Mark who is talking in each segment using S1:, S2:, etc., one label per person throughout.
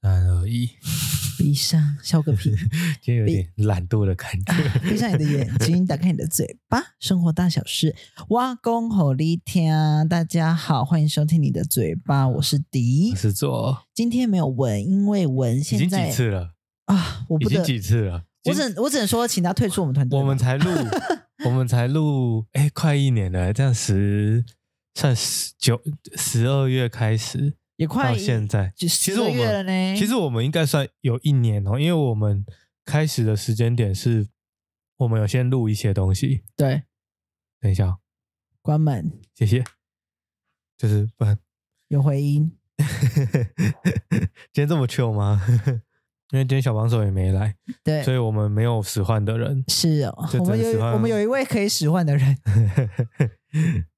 S1: 三二 一，
S2: 闭上，笑个 屁！
S1: 今天有点懒惰的感觉。
S2: 闭上你的眼睛，打开你的嘴巴，生活大小事，挖工吼力听。大家好，欢迎收听你的嘴巴，我是迪
S1: 我。是做哦
S2: 今天没有文，因为文
S1: 已
S2: 现
S1: 经
S2: 在
S1: 几次了，
S2: 啊，我
S1: 已
S2: 不
S1: 经
S2: 得，
S1: 几次了，今
S2: 我只能我只能说，请他退出我们团队吧。
S1: 我们才 录，我们才录，哎、快一年了，这样十算十九十二月开始
S2: 也快
S1: 到现在，
S2: 就
S1: 其
S2: 十
S1: 实
S2: 个
S1: 我
S2: 月了
S1: 们
S2: 呢。
S1: 其实我们应该算有一年哦，因为我们开始的时间点是，我们有先录一些东西，
S2: 对，
S1: 等一下、哦，
S2: 关门
S1: 谢谢，就是不然
S2: 有回音，
S1: 今天这么 chill 吗？ 因为今天小帮手也没来，
S2: 对
S1: 所，以我们没有使唤的人。
S2: 是哦。
S1: 这
S2: 我们
S1: 真的使
S2: 有
S1: 唤
S2: 我们有一位可以使唤的人，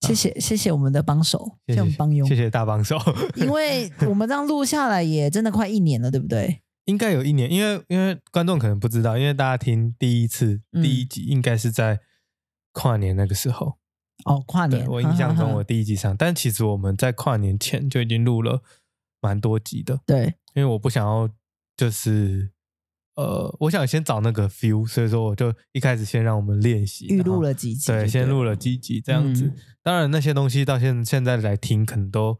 S2: 谢谢谢谢我们的帮手，谢谢我们帮佣
S1: 谢。谢大帮手。
S2: 因为我们这样录下来也真的快一年了，对不对？
S1: 应该有一年，因为因为观众可能不知道，因为大家听第一次、
S2: 嗯
S1: 第一集应该是在跨年那个时候。
S2: 哦，跨
S1: 对
S2: 年，
S1: 我印象中，
S2: 哈哈
S1: 我
S2: 哈
S1: 第一集上，但其实我们在跨年前就已经录了蛮多集的，
S2: 对
S1: 因为我不想要就是呃，我想先找那个 feel，所以说我就一开始先让我们练习
S2: 预
S1: 然后
S2: 录了几集就对
S1: 对，
S2: 了，
S1: 先录了几集这样子。
S2: 嗯
S1: 当然，那些东西到现现在来听，可能都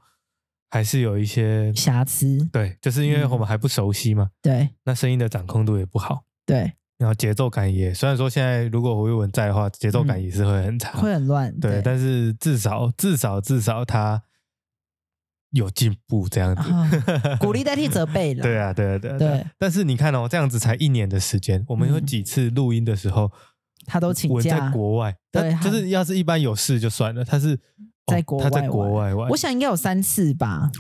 S1: 还是有一些
S2: 瑕疵，
S1: 对，就是因为
S2: 嗯
S1: 我们还不熟悉嘛，
S2: 对
S1: 那声音的掌控度也不好，
S2: 对，
S1: 然后节奏感也，虽然说现在如果胡一文在的话，节奏感
S2: 嗯
S1: 也是会很差，
S2: 会很乱，
S1: 对，但是至少至少至少他有进步这样子。
S2: 啊鼓励代替责备了，
S1: 对啊，对啊，对啊，
S2: 对
S1: 啊但是你看哦，这样子才一年的时间，我们有
S2: 嗯
S1: 几次录音的时候，
S2: 他都请
S1: 我在
S2: 假
S1: 国外，
S2: 对
S1: 他就是要是一般有事就算了，他是
S2: 在
S1: 哦
S2: 国
S1: 他在
S2: 外
S1: 国外玩，
S2: 我想应该有三次吧，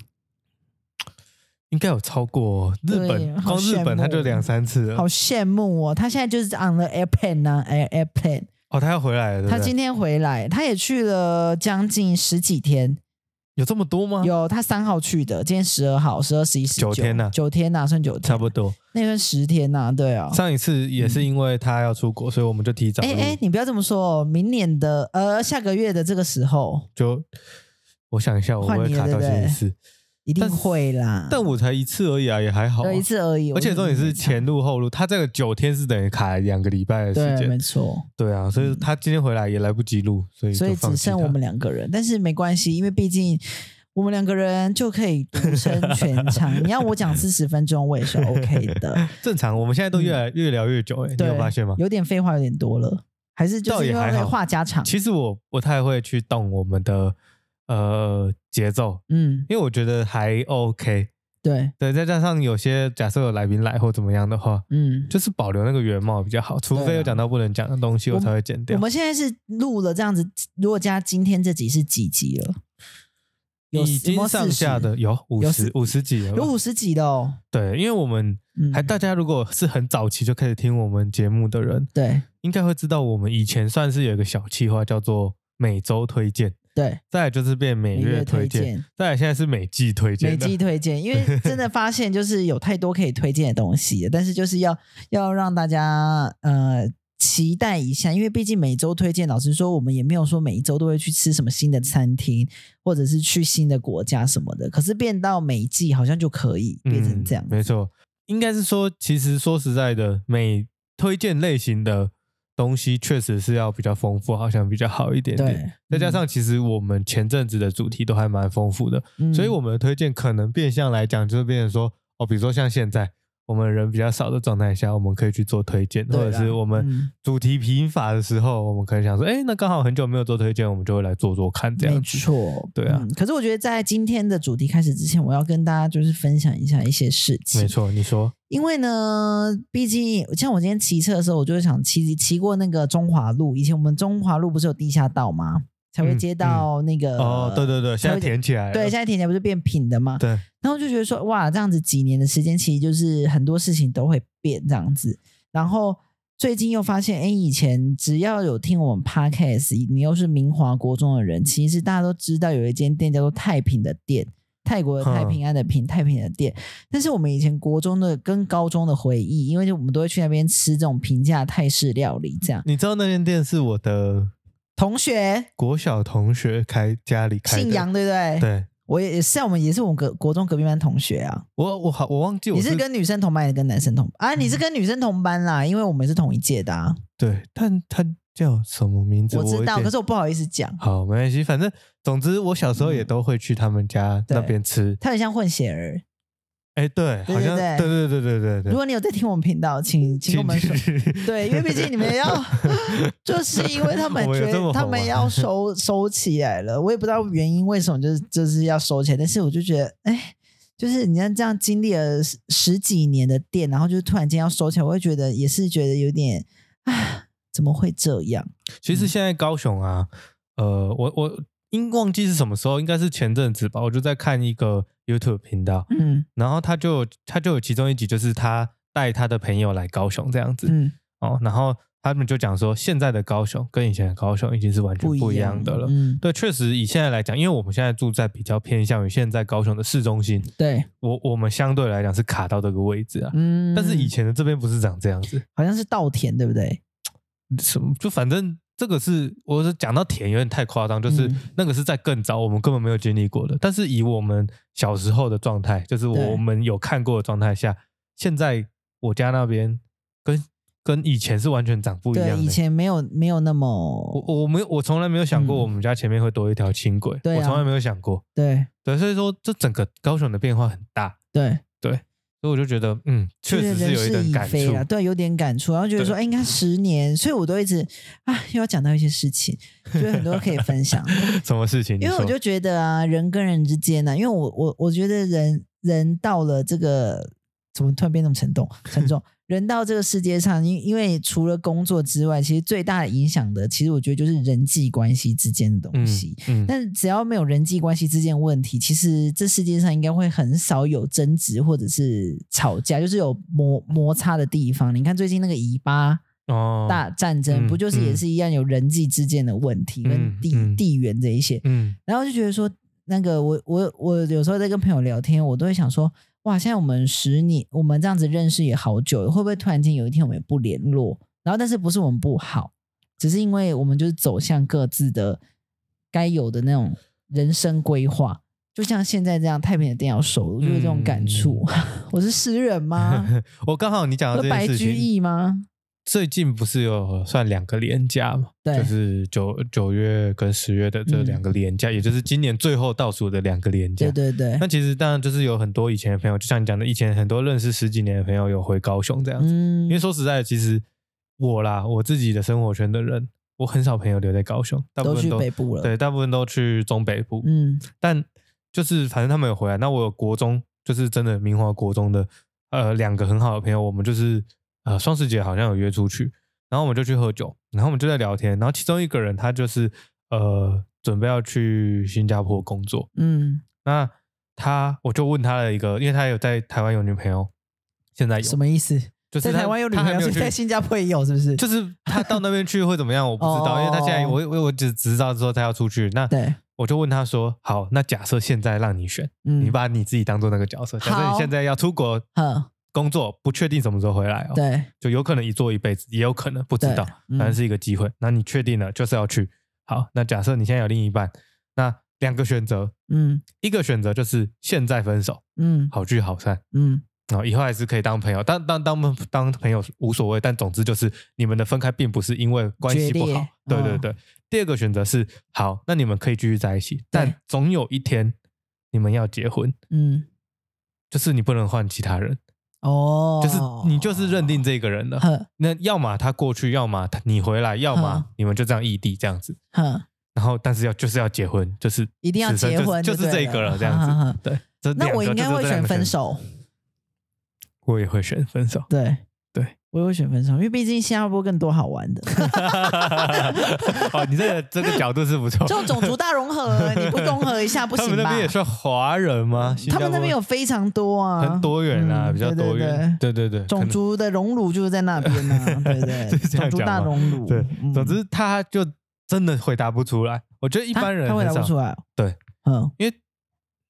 S1: 应该有超过日
S2: 对
S1: 本，
S2: 好
S1: 光日
S2: 羡
S1: 本他就
S2: 慕
S1: 两三次
S2: 好
S1: 了。
S2: 羡慕哦。他现在就是 on the airplane 呢、a i r airplane，
S1: 哦，他要回来了，对不
S2: 他
S1: 对
S2: 今天回来，他也去了将近十几天，
S1: 有这么多吗？
S2: 有他三号去的，今天十二号、十二、十一、十
S1: 哦九天呐
S2: 九天呐、算九天，
S1: 差不多。
S2: 那算十天呐、对啊、
S1: 上一次也是因为他要出国，所以我们就提早
S2: 哎哎、
S1: 录，
S2: 你不要这么说哦，明年的呃下个月的这个时候
S1: 就我想一下，我会
S2: 换
S1: 不会
S2: 你
S1: 卡
S2: 了
S1: 到
S2: 对嗯
S1: 星
S2: 不
S1: 期
S2: 对
S1: 四，
S2: 一定
S1: 但是
S2: 会啦。
S1: 但我才一次而已啊，也还好啊。
S2: 有一次而已，
S1: 而且重点是前
S2: 前
S1: 录后录，他这个九天是等于卡两个礼拜的时
S2: 对，没
S1: 间，
S2: 错，
S1: 对啊，所以他今天回来也来不及录，所以
S2: 所
S1: 就
S2: 以
S1: 放
S2: 只
S1: 弃
S2: 剩
S1: 他
S2: 我们两个人，但是没关系，因为毕竟。我们两个人就可以独撑 全场。你要我讲四十分钟，我也是 OK 的。
S1: 正常，我们现在都越来越聊越久、欸， 你
S2: 嗯对，
S1: 有发现吗？
S2: 有点废话有点多了，还是就
S1: 倒
S2: 是
S1: 也
S2: 因为
S1: 还
S2: 那个
S1: 好
S2: 话家常。
S1: 其实我不太会去动我们的呃节奏，
S2: 嗯，
S1: 因为我觉得还 OK。
S2: 对，
S1: 对，再加上有些假设有来宾来或怎么样的话，
S2: 嗯，
S1: 就是保留那个原貌比较好，除
S2: 对
S1: 非
S2: 啊
S1: 有讲到不能讲的东西，我
S2: 我们
S1: 才会剪掉
S2: 我。们现在是录了这样子，如果加今天这集是几集了？有
S1: 已经上架的有五
S2: 有
S1: 十
S2: 四
S1: 五十几了吧，
S2: 有五十集的哦。
S1: 对，因为我们
S2: 嗯
S1: 还大家如果是很早期就开始听我们节目的人，
S2: 对
S1: 应该会知道我们以前算是有一个小计划叫做每周推荐，
S2: 对，
S1: 再来就是变每
S2: 每
S1: 月
S2: 月
S1: 推
S2: 推
S1: 荐，
S2: 荐，
S1: 再来现在是每季推
S2: 每
S1: 荐的，
S2: 季推 荐，因为真的发现就是有太多可以推荐的东西了，但是就是要要让大家呃期待一下，因为毕竟每周推荐，老实说我们也没有说每一周都会去吃什么新的餐厅，或者是去新的国家什么的，可是变到每季好像就可以变成这样
S1: 嗯，，没错，应该是说，其实说实在的，每推荐类型的东西确实是要比较丰富，好像比较好一点点。
S2: 对，
S1: 嗯
S2: 嗯
S1: 再加上，其实我们前阵子的主题都还蛮丰富的，
S2: 嗯，
S1: 所以
S2: 嗯
S1: 我们的推荐可能变相来讲，就是变成说，哦，比如说像现在我们人比较少的状态下，我们可以去做推荐，或
S2: 对
S1: 者
S2: 啦
S1: 是我们
S2: 嗯
S1: 主题贫乏的时候，我们可能想说，哎，那刚好很久没有做推荐，我们就会来做做看，这
S2: 没
S1: 样子。
S2: 错，
S1: 对啊
S2: 嗯可是我觉得在今天的主题开始之前，我要跟大家就是分享一下一些事情。
S1: 没错，你说，
S2: 因为呢，毕竟像我今天骑车的时候，我就会想骑骑过那个中华路。以前我们中华路不是有地下道吗？才会
S1: 嗯
S2: 接到那个、
S1: 哦，对对对，现
S2: 才
S1: 在
S2: 会
S1: 填起来了，
S2: 对，现在甜甜不是变平的吗？
S1: 对。
S2: 然后就觉得说，哇，这样子几年的时间，其实就是很多事情都会变这样子。然后最近又发现，哎，以前只要有听我们 podcast，你又是明华国中的人，其实大家都知道有一间店叫做太平的店，泰国的太平安的平、太平的店，但是我们以前国中的跟高中的回忆，因为就我们都会去那边吃这种平价泰式料理，这样
S1: 你知道那间店是我的
S2: 同学
S1: 国小同学开家里开的，
S2: 姓杨对不对？，
S1: 对
S2: 我也是啊，我们也是我们隔国中隔壁班同学啊。
S1: 我我好我忘记哎我
S2: 你是跟女生同班，还是跟男生同班啊？你是跟女生同班啦，因为我们是同一届的、啊，
S1: 对，但他叫什么名字？
S2: 我
S1: 嗯我
S2: 知道，
S1: 有点
S2: 可是我不好意思讲，
S1: 好没关系，反正总之我小时
S2: 嗯
S1: 候也都会去他们家那边吃。
S2: 他很像混血儿。
S1: 哎，对，
S2: 对
S1: 好像对
S2: 对
S1: 对对对对对
S2: 如。果你有在听我们频道，请请跟我们说，对，因为毕竟你们 要，就是因为他们
S1: 我有
S2: 觉
S1: 这
S2: 得
S1: 么
S2: 他
S1: 红
S2: 们
S1: 吗
S2: 要收收起来了，我也不知道原因为什么，就是就是要收起来。但是我就觉得，哎，就是你看这样经历了十十几年的店，然后就突然间要收起来，我会觉得也是觉得有点，啊，怎么会这样？
S1: 其
S2: 嗯
S1: 实现在高雄啊，呃，我我应忘记是什么时候，应该是前阵子吧，我就在看一个 YouTube 频道，
S2: 嗯
S1: 然后他就有他就有其中一集，就是他带他的朋友来高雄这样子、
S2: 嗯，
S1: 哦，然后他们就讲说，现在的高雄跟以前的高雄已经是完全不一样的了。
S2: 嗯，
S1: 对，确实以现在来讲，因为我们现在住在比较偏向于现在高雄的市中心，
S2: 对，
S1: 我我们相对来讲是卡到这个位置啊。
S2: 嗯，
S1: 但是以前的这边不是长这样子，
S2: 好像是稻田，对不对？嗯
S1: 什么就反正这个是我是讲到田有点太夸张，就是
S2: 嗯
S1: 那个是在更早我们根本没有经历过的。但是以我们小时候的状态，就是
S2: 对
S1: 我们有看过的状态下，现在我家那边跟跟以前是完全长不一样的。
S2: 对，以前没有没有那么
S1: 我我没有我从来没有想过
S2: 嗯
S1: 我们家前面会多一条轻轨，
S2: 对啊
S1: 我从来没有想过。
S2: 对
S1: 对，所以说这整个高雄的变化很大，
S2: 对，
S1: 所以我就觉得，嗯，确实是有一
S2: 人
S1: 点
S2: 事已
S1: 感
S2: 非啊
S1: 触
S2: 啦，。对，有点感触，然后觉得说，哎，应该十年，所以我都一直啊，又要讲到一些事情，觉得很多可以 分享，
S1: 什么事情你
S2: 因
S1: 说？
S2: 为我就觉得啊，人跟人之间啊呢、因为我我我觉得人人到了这个怎么突然变那 么沉重沉重，人到这个世界上，因因为除了工作之外，其实最大的影响的，其实我觉得就是人际关系之间的东
S1: 嗯
S2: 西。
S1: 嗯，
S2: 但只要没有人际关系之间的问题，其实这世界上应该会很少有争执或者是吵架，就是有摩摩擦的地方。你看最近那个以巴
S1: 哦，
S2: 大战争，
S1: 嗯
S2: 不就是也是一样有人际之间的问题、跟
S1: 嗯
S2: 地、
S1: 嗯
S2: 地缘这一些？
S1: 嗯
S2: 然后就觉得说，那个我我我有时候在跟朋友聊天，我都会想说，哇，现在我们十年，我们这样子认识也好久了，会不会突然间有一天我们也不联络？然后，但是不是我们不好，只是因为我们就是走向各自的该有的那种人生规划。就像现在这样，太平的店要收，我就有这种感触。 我是诗人吗？
S1: 我刚好你讲
S2: 我
S1: 嗯到这
S2: 是
S1: 件事
S2: 白居
S1: 情，
S2: 易吗？
S1: 最近不是有算两个连假嘛？
S2: 对
S1: 就是九九月跟十月的这
S2: 嗯
S1: 两个连假，也就是今年最后倒数的两个连假。
S2: 对对对
S1: 那，其实当然就是有很多以前的朋友，就像你讲的，以前很多认识十几年的朋友有回高雄这样子。
S2: 嗯
S1: 因为说实在的，其实我啦，我自己的生活圈的人，我很少朋友留在高雄，大部
S2: 都
S1: 分
S2: 去
S1: 都
S2: 北部了。
S1: 对，大部分都去中北部。
S2: 嗯，
S1: 但就是反正他们有回来，那我有国中，就是真的明华国中的呃两个很好的朋友，我们就是呃双十节好像有约出去，然后我们就去喝酒，然后我们就在聊天，然后其中一个人他就是呃准备要去新加坡工作，
S2: 嗯
S1: 那他我就问他了一个，因为他有在台湾有女朋友，现在有
S2: 什么意思？
S1: 就是
S2: 在
S1: 他
S2: 台湾有女
S1: 他
S2: 朋
S1: 还
S2: 友，
S1: 没
S2: 所
S1: 有
S2: 以
S1: 去
S2: 在新加坡也有，是不是？
S1: 就是他到那边去会怎么样，我不知 道，因为他现在我我我只只知道说他要出去，那
S2: 哦对，
S1: 我就问他说，好，那假设现在让你选，
S2: 嗯，
S1: 你把你自己当做那个角色，假设
S2: 好
S1: 你现在要出国
S2: 嗯
S1: 工作，不确定什么时候回来哦，
S2: 对，
S1: 就有可能一做一辈子，也有可能不知
S2: 对
S1: 道，反正
S2: 嗯
S1: 是一个机会。那你确定了就是要去，好，那假设你现在有另一半，那两个选择，
S2: 嗯
S1: 一个选择就是现在分手，
S2: 嗯
S1: 好聚好散。
S2: 嗯，
S1: 然哦后以后还是可以当朋友，当当当当朋友无所谓，但总之就是你们的分开并不是因为关系不
S2: 决
S1: 好
S2: 裂，
S1: 对对
S2: 嗯
S1: 对。第二个选择是好，那你们可以继续在一起，但总有一天你们要结婚，
S2: 嗯
S1: 就是你不能换其他人，
S2: 哦，
S1: 就是你就是认定这个人了。
S2: 哼
S1: 那要么他过去，要么他你回来，要么
S2: 嗯
S1: 你们就这样异地这样子。
S2: 哼，
S1: 然后，但是要就是要结婚，就是
S2: 一定要
S1: 此生
S2: 结
S1: 就是
S2: 婚就
S1: 就是这
S2: 对
S1: 个
S2: 了
S1: 了这样
S2: 哈哈
S1: 子
S2: 哈。
S1: 对，这
S2: 那
S1: 两
S2: 我
S1: 个
S2: 应该
S1: 就是
S2: 会
S1: 这两
S2: 选
S1: 个
S2: 分
S1: 选，
S2: 手，
S1: 我也会选分手。
S2: 对
S1: 对，
S2: 我也会选分手，因为毕竟新加坡更多好 玩的，
S1: 哦，你这个这个角度是不错。
S2: 这种种族大融合，你不融合一下不
S1: 他们
S2: 行
S1: 那
S2: 吧
S1: 边？也算华人吗？新加
S2: 他
S1: 坡
S2: 们那边有非常多啊，
S1: 很多元啦，
S2: 嗯
S1: 比较多元。。
S2: 对对
S1: 对对对，
S2: 对
S1: 可
S2: 种
S1: 能
S2: 族的荣辱就是在那 边啊，对不对？
S1: 是这
S2: 种
S1: 样
S2: 族
S1: 讲
S2: 大
S1: 吗
S2: 荣辱，
S1: 对
S2: 嗯，
S1: 总之他就真的回答不出来。我觉得一
S2: 他
S1: 般人
S2: 他会
S1: 很
S2: 答不
S1: 少
S2: 出来哦，
S1: 对，
S2: 嗯
S1: 因为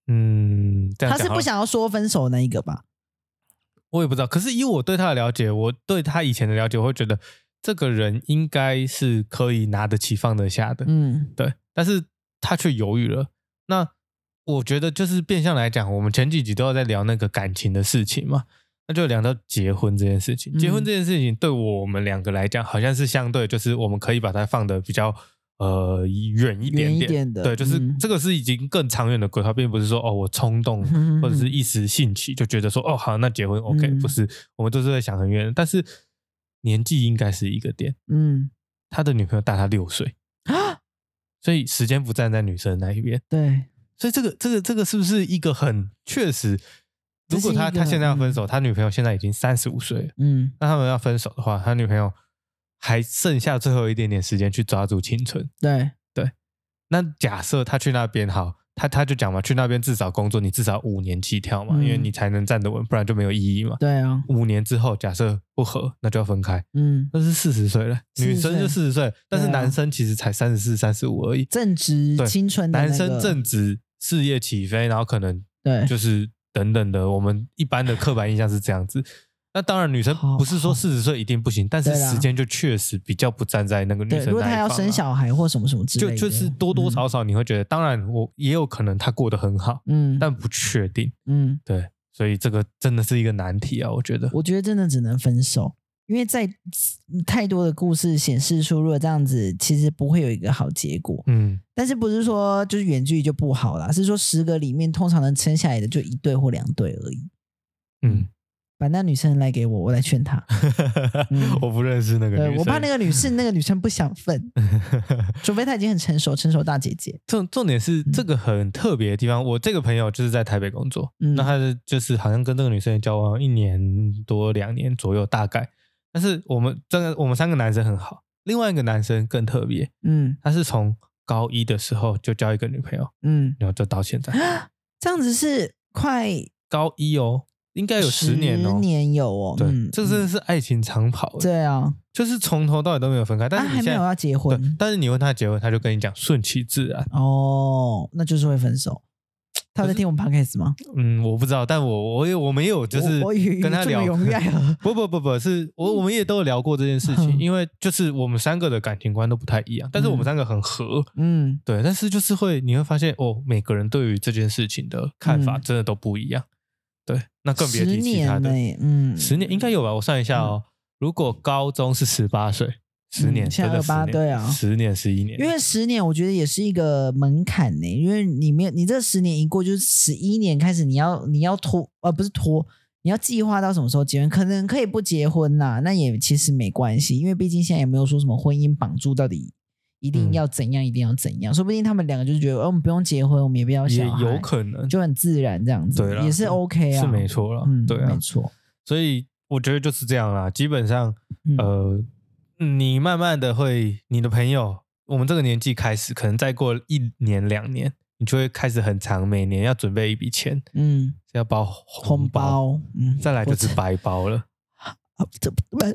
S1: 嗯，这样讲
S2: 他是
S1: 好
S2: 不
S1: 了，
S2: 想要说分手那一个吧？
S1: 我也不知道。可是以我对他的了解，我对他以前的了解，我会觉得这个人应该是可以拿得起放得下的，
S2: 嗯
S1: 对。但是他却犹豫了。那我觉得就是变相来讲，我们前几集都要在聊那个感情的事情嘛，那就聊到结婚这件事情。结婚
S2: 嗯
S1: 这件事情对我们两个来讲，好像是相对就是我们可以把它放的比较呃远一点
S2: 远一
S1: 点
S2: 点的
S1: 对，就是
S2: 嗯
S1: 这个是已经更长远的规划，并不是说哦我冲动
S2: 嗯
S1: 或 者是一时兴起就觉得说哦好那结婚 OK，、
S2: 嗯
S1: 不是，我们都是在想很远的，但是年纪应该是一个点。
S2: 嗯
S1: 他的女朋友大他六岁，
S2: 啊，
S1: 所以时间不站在女生那一边。
S2: 对，
S1: 所以这个这个这个是不是一个很确实？
S2: 这
S1: 如
S2: 是
S1: 果他
S2: 一个
S1: 他现在要分手，他女朋友现在已经三十五岁了，
S2: 嗯
S1: 那他们要分手的话，他女朋友还剩下最后一点点时间去抓住青春。
S2: 对，
S1: 那假设他去那边好，他他就讲嘛，去那边至少工作，你至少五年起跳嘛，
S2: 嗯
S1: 因为你才能站得稳，不然就没有意义嘛。
S2: 对啊，
S1: 五年之后，假设不合，那就要分开。
S2: 嗯，
S1: 那是四十岁了，
S2: 40
S1: 女生就四十岁，但是
S2: 对啊
S1: 男生其实才三十四、三十五而已。
S2: 正值
S1: 对
S2: 青春的那
S1: 男
S2: 个
S1: 生正值事业起飞，然后可能
S2: 对
S1: 就是等等的，我们一般的刻板印象是这样 子。那当然，女生
S2: 好
S1: 不是说四十岁一定不行，但是
S2: 对啦
S1: 时间就确实比较不站在那个女
S2: 对，
S1: 生
S2: 如果
S1: 那一
S2: 他要
S1: 方
S2: 生
S1: 啊，
S2: 小孩或什么什么之类
S1: 就
S2: 的，
S1: 就是多多少少你会觉得，当然我也有可能她过得很好，
S2: 嗯，嗯
S1: 但不确定。
S2: 嗯，
S1: 对，所以这个真的是一个难题啊，我觉得。
S2: 我觉得真的只能分手，因为在太多的故事显示出，如果这样子，其实不会有一个好结果。
S1: 嗯，
S2: 但是不是说就是远距离就不好啦？是说十个里面通常能撑下来的就一对或两对而已。
S1: 嗯，
S2: 把那女生来给我，我来劝她。嗯
S1: 我不认识那个女
S2: 对
S1: 生，
S2: 我怕那个女士，那个女生不想 分，
S1: 个
S2: 除非她已经很成熟，成熟大姐姐。
S1: 重重点是
S2: 嗯
S1: 这个很特别的地方，我这个朋友就是在台北工作，
S2: 嗯
S1: 那他是就是好像跟这个女生交往一年多两年左右大概，但是我们真的我们三个男生很好，另外一个男生更特别，
S2: 嗯
S1: 他是从高一的时候就交一个女朋友，
S2: 嗯，
S1: 然后就到现在
S2: 这样子是快
S1: 高一哦，应该有十年哦，
S2: 十年有哦。
S1: 对，
S2: 嗯
S1: 这真的是爱情长跑，欸
S2: 嗯对啊，
S1: 就是从头到尾都没有分开，但
S2: 啊
S1: 是你
S2: 还
S1: 现
S2: 没
S1: 在
S2: 有要结
S1: 对
S2: 婚，
S1: 但是你问他结婚，他就跟你讲顺其自然，
S2: 哦，那就是会分手。他有在听我们 podcast 吗？
S1: 嗯，我不知道，但我我也我没有就是
S2: 我我与
S1: 跟他
S2: 这么啊
S1: 聊，
S2: 永遇爱 河
S1: 不不不不是我我们也都有聊过这件事情，
S2: 嗯
S1: 因为就是我们三个的感情观都不太一样，但是我们
S2: 嗯
S1: 三个很合，
S2: 嗯
S1: 对，但是就是会你会发现哦，每个人对于这件事情的看法
S2: 嗯
S1: 真的都不一样，对，那更别
S2: 十
S1: 提其他
S2: 年
S1: 的
S2: 呢、，嗯，
S1: 十年应该有吧？我算一下哦，如果高中是十八岁，十
S2: 嗯
S1: 年
S2: 现
S1: 真
S2: 在
S1: 的十年
S2: 28对啊
S1: 十年十一年，
S2: 因为十年，我觉得也是一个门槛呢、因为你没有，你这十年一过，就是十一年开始，你要你要拖，呃，不是拖，你要计划到什么时候结婚，可能可以不结婚呐，那也其实没关系，因为毕竟现在也没有说什么婚姻绑住到底一定
S1: 嗯
S2: 要怎样，一定要怎样，说不定他们两个就是觉得，哦，我们不用结婚，我们也不要
S1: 也
S2: 小孩，
S1: 有可能
S2: 就很自然这样子，
S1: 对啦
S2: 也是
S1: 对
S2: OK 啊，
S1: 是没错了，
S2: 嗯，
S1: 对啊
S2: 没，错，
S1: 所以我觉得就是这样啦，基本上。
S2: 嗯
S1: 呃，你慢慢的会，你的朋友，我们这个年纪开始，可能再过一年两年，你就会开始很长，每年要准备一笔钱，
S2: 嗯，
S1: 是要包
S2: 红
S1: 红包，
S2: 包，嗯，
S1: 再来就是白包 了，
S2: 我这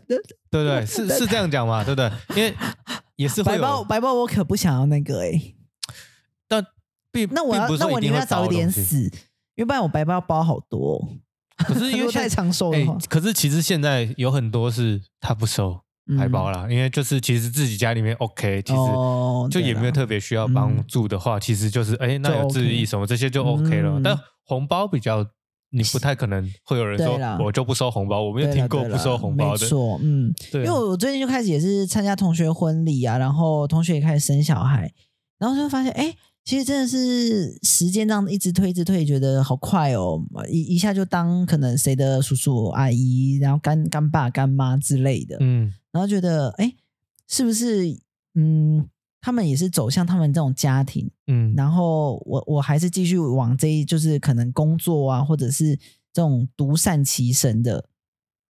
S2: 这
S1: 对不对？是是这样讲嘛，对不对？因 为也是会
S2: 白包
S1: 有，
S2: 白包，我可不想要那个哎、
S1: 但并
S2: 那我
S1: 并
S2: 要
S1: 不是
S2: 那
S1: 说
S2: 我
S1: 一定
S2: 宁
S1: 会
S2: 愿早
S1: 包
S2: 一点
S1: 东西，
S2: 死，因为不然我白包包好多、哦，
S1: 可是因
S2: 如
S1: 为
S2: 果
S1: 现
S2: 太
S1: 在。
S2: 长寿
S1: 哎、
S2: 的话，
S1: 可是其实现在有很多是他不收白包啊
S2: 了，
S1: 啦，因为就是其实自己家里面 OK，其实
S2: 哦嗯
S1: 就也没有特别需要帮助的话，其实就是哎、那
S2: 就
S1: 有
S2: OK
S1: 致意什么这些就 OK 了。
S2: 嗯
S1: 但红包比较，你不太可能会有人说
S2: 对啦
S1: 我就不收红包，我没
S2: 别
S1: 有听过不收红包
S2: 没
S1: 的。
S2: 错，嗯，
S1: 对
S2: 因
S1: 啊，
S2: 为我最近就开始也是参加同学婚礼啊，然后同学也开始生小孩，然后就发现哎。其实真的是时间这样一直推，一直推，觉得好快哦！一一下就当可能谁的叔叔阿姨，然后干干爸干妈之类的，
S1: 嗯
S2: 然后觉得哎，诶是不是嗯，他们也是走向他们这种家庭，
S1: 嗯
S2: 然后我我还是继续往这一就是可能工作啊，或者是这种独善其身的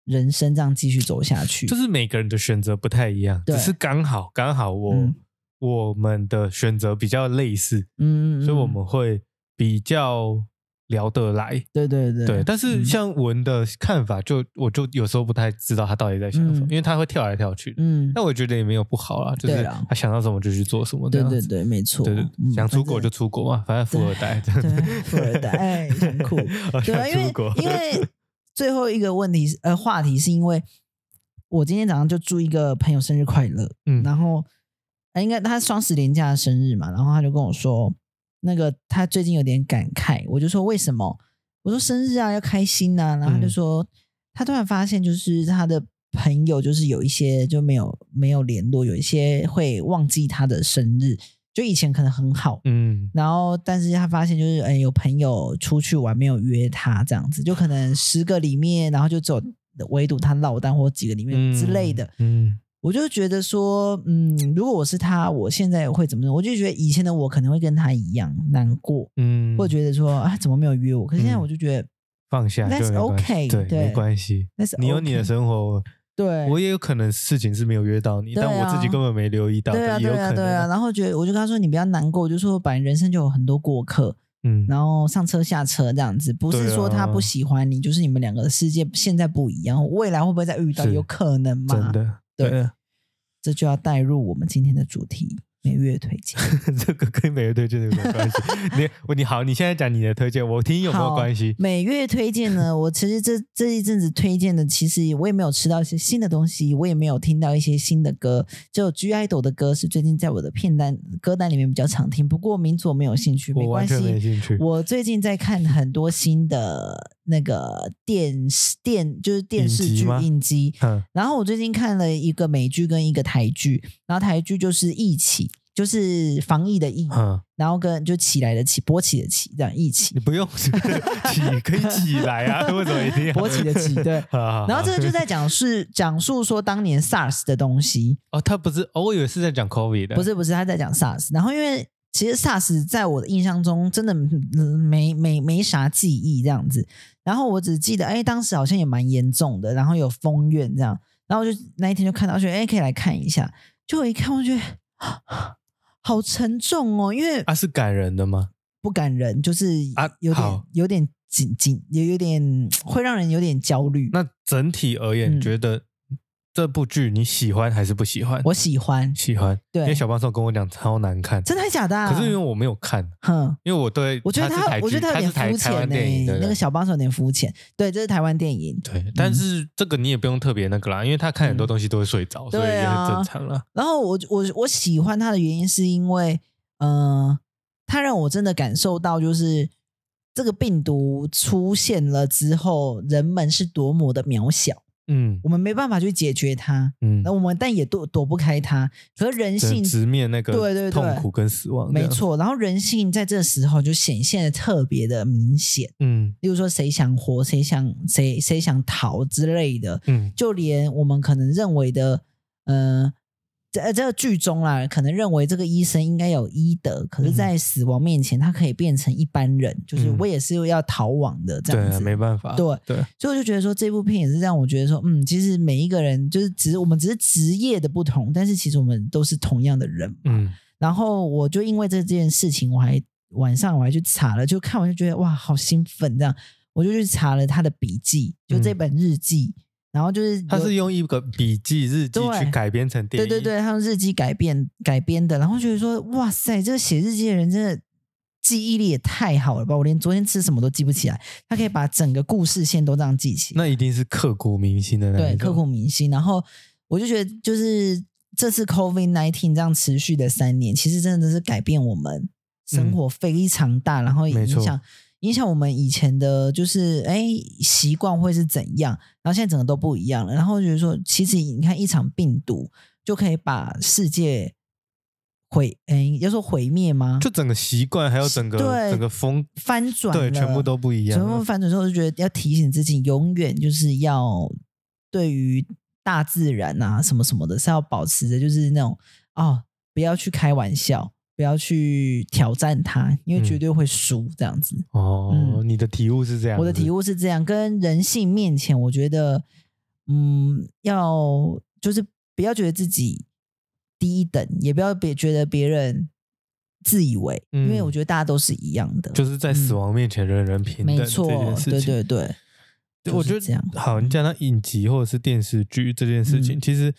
S2: 人生这样继续走下去。
S1: 就是每个人的选择不太一样，
S2: 对
S1: 只是刚好刚好我、
S2: 嗯
S1: 我们的选择比较类似，
S2: 嗯，嗯
S1: 所以我们会比较聊得来。
S2: 对对对
S1: 对，但是
S2: 嗯
S1: 像文的看法就，我就有时候不太知道他到底在想什么，
S2: 嗯
S1: 因为他会跳来跳去。
S2: 嗯，
S1: 但我觉得也没有不好啊啦，就
S2: 对
S1: 是
S2: 啦
S1: 他想到什么就去做什么这
S2: 对
S1: 样子。
S2: 对对，没错，
S1: 对
S2: 嗯
S1: 对，想出国就出国嘛，反正富二代这样
S2: 对
S1: 子。
S2: 富二代，哎，很 酷，对啊，
S1: 想
S2: 因为
S1: 出国，
S2: 因为最后一个问题是呃话题是因为我今天早上就祝一个朋友生日快乐，
S1: 嗯
S2: 然后呃应该他双十连假的生日嘛，然后他就跟我说，那个他最近有点感慨，我就说为什么？我说生日啊要开心呐、然后他就
S1: 嗯
S2: 说、他突然发现就是他的朋友就是有一些就没有没有联络，有一些会忘记他的生日，就以前可能很好，
S1: 嗯
S2: 然后，但是他发现就是，哎，有朋友出去玩没有约他，这样子，就可能十个里面，然后就走，唯独他落单或几个里面
S1: 嗯
S2: 之类的。
S1: 嗯
S2: 我就觉得说，嗯，如果我是他，我现在会怎么弄？我就觉得以前的我可能会跟他一样难过，
S1: 嗯，
S2: 或者觉得说啊，怎么没有约我？可是现在
S1: 嗯
S2: 我就觉得
S1: 放下就
S2: That's
S1: 没关系
S2: okay，
S1: 对，
S2: 对
S1: 没关系。
S2: 那是
S1: 你有你的
S2: OK
S1: 生活，
S2: 对，
S1: 我也有可能事情是没有约到你，
S2: 对啊
S1: 但我自己根本没留意到，
S2: 对啊，
S1: 也
S2: 对
S1: 有
S2: 啊，
S1: 可
S2: 对啊。
S1: 能。
S2: 然后觉得我就跟他说，你不要难过，我就说，本来人生就有很多过客，
S1: 嗯，
S2: 然后上车下车这样子，不是
S1: 对啊
S2: 说他不喜欢你，就是你们两个的世界现在不一样，未来会不会再遇到？
S1: 是
S2: 有可能
S1: 真，
S2: 嘛？
S1: 的，
S2: 对
S1: 对，
S2: 这就要带入我们今天的主题——每月 推荐。
S1: 这个跟每个推荐有没有关 系？你我你好，你现在讲你的推荐，我听有没有
S2: 好
S1: 关系？
S2: 每月推荐呢，我其实这这一阵子推荐的，其实我也没有吃到一些新的东西，我也没有听到一些新的歌，只有 G I 斗的歌是最近在我的片单歌单里面比较常听。不过民族我没有兴趣，没
S1: 我完
S2: 关系，
S1: 全没兴趣。
S2: 我最近在看很多新的那个电视电，就是电视
S1: 影集
S2: 剧
S1: 吗
S2: 影集。
S1: 嗯
S2: 然后我最近看了一个美剧跟一个台剧，然后台剧就是一起，就是防疫的疫，
S1: 嗯，
S2: 然后跟就起来的起，勃起的起，这样一起
S1: 你，不用起可以起来啊，为什么一定要。
S2: 勃起的起，对
S1: 啊
S2: 然后这个就在讲是讲述说当年 SARS 的东西，
S1: 哦，他不是哦，我以为是在讲 COVID 的，
S2: 不是不是，他在讲 SARS。然后因为其实 SARS 在我的印象中真的嗯没没没啥记忆这样子，然后我只记得哎当时好像也蛮严重的，然后有封院这样，然后我就那一天就看到，觉得哎可以来看一下，就我一看我就觉得 啊好沉重哦，因为
S1: 啊，是感人的吗？
S2: 不感人，就是
S1: 啊
S2: 有点、
S1: 好
S2: 有点紧紧，也有点会让人有点焦虑。
S1: 那整体而言，
S2: 嗯
S1: 觉得这部剧你喜欢还是不喜欢？
S2: 我喜欢，
S1: 喜欢，
S2: 对
S1: 因为小帮手跟我讲超难看，
S2: 真的还假的、啊？
S1: 可是因为我没有看，
S2: 哼。
S1: 因为我对
S2: 我觉得
S1: 它是
S2: 他
S1: 台，剧
S2: 我觉得
S1: 它
S2: 他有
S1: 是台
S2: 点肤
S1: 台湾
S2: 浅
S1: 电影
S2: 呢、
S1: 的
S2: 那个小帮手有点肤浅。对，这是台湾电影。
S1: 对，但是这个你也不用特别那个啦，因为他看很多东西都会睡着，所以
S2: 嗯对
S1: 也
S2: 啊
S1: 很正常啦。
S2: 然后我我我喜欢他的原因是因为，嗯，他让我真的感受到就是这个病毒出现了之后，人们是多么的渺小，
S1: 嗯
S2: 我们没办法去解决它，
S1: 嗯
S2: 那，我们但也躲躲不开它。可是人性
S1: 对直面那个
S2: 对对对
S1: 痛苦跟死亡，
S2: 没
S1: 这样，
S2: 错，然后人性在这时候就显现的特别的明显，
S1: 嗯
S2: 例如说谁想活，谁想谁谁想逃之类的，
S1: 嗯
S2: 就连我们可能认为的，呃，这呃这个剧中啦，可能认为这个医生应该有医德，可是，
S1: 嗯
S2: 在死亡面前，他可以变成一般人，就是
S1: 嗯
S2: 我也是要逃亡的这
S1: 对
S2: 样
S1: 啊，
S2: 子。
S1: 没办法，
S2: 对
S1: 对，
S2: 所以我就觉得说，这部片也是让我觉得说，嗯，其实每一个人就是只是我们只是职业的不同，但是其实我们都是同样的人嘛。
S1: 嗯
S2: 然后我就因为这件事情，我还晚上我还去查了，就看完就觉得哇，好兴奋这样，我就去查了他的笔记，就这
S1: 嗯
S2: 本日记，然后就是
S1: 他
S2: 有
S1: 是用一个笔记日记
S2: 对
S1: 去改编成电
S2: 对
S1: 影，
S2: 对对，他用日记改编改编的，然后觉得说，哇塞，这个写日记的人真的记忆力也太好了吧！我连昨天吃什么都记不起来，他可以把整个故事线都这样记起，
S1: 那一定是刻骨铭心的那
S2: 对，
S1: 一种
S2: 刻骨铭心。然后我就觉得，就是这次 COVID nineteen 这样持续的三年，其实真的是改变我们生活非常大，然后也
S1: 嗯没
S2: 影
S1: 错
S2: 响。影响我们以前的，就是哎习惯会是怎样，然后现在整个都不一样了。然后就是说，其实你看一场病毒就可以把世界毁，哎，要说毁灭吗？
S1: 就整个习惯还有整个
S2: 对
S1: 整个风
S2: 翻转
S1: 对，
S2: 了
S1: 全部都不一样
S2: 全
S1: 了
S2: 部，翻转之后，就觉得要提醒自己，永远就是要对于大自然啊什么什么的，是要保持着就是那种哦，不要去开玩笑，不要去挑战它，因为绝
S1: 嗯
S2: 对会输这样子。
S1: 哦，你的体悟是这样，
S2: 嗯我的体
S1: 悟，
S2: 悟是这样，跟人性面前，我觉得，嗯，要就是不要觉得自己低一等，也不要别觉得别人自以为，
S1: 嗯
S2: 因为我觉得大家都是一样的，
S1: 就是在死亡面前人人平等
S2: 嗯没
S1: 这
S2: 错
S1: 件，事
S2: 对
S1: 情。
S2: 对对，
S1: 对
S2: 就
S1: 我
S2: 是
S1: 觉
S2: 这样
S1: 得好，你讲到影集或者是电视剧这件事情，
S2: 嗯
S1: 其实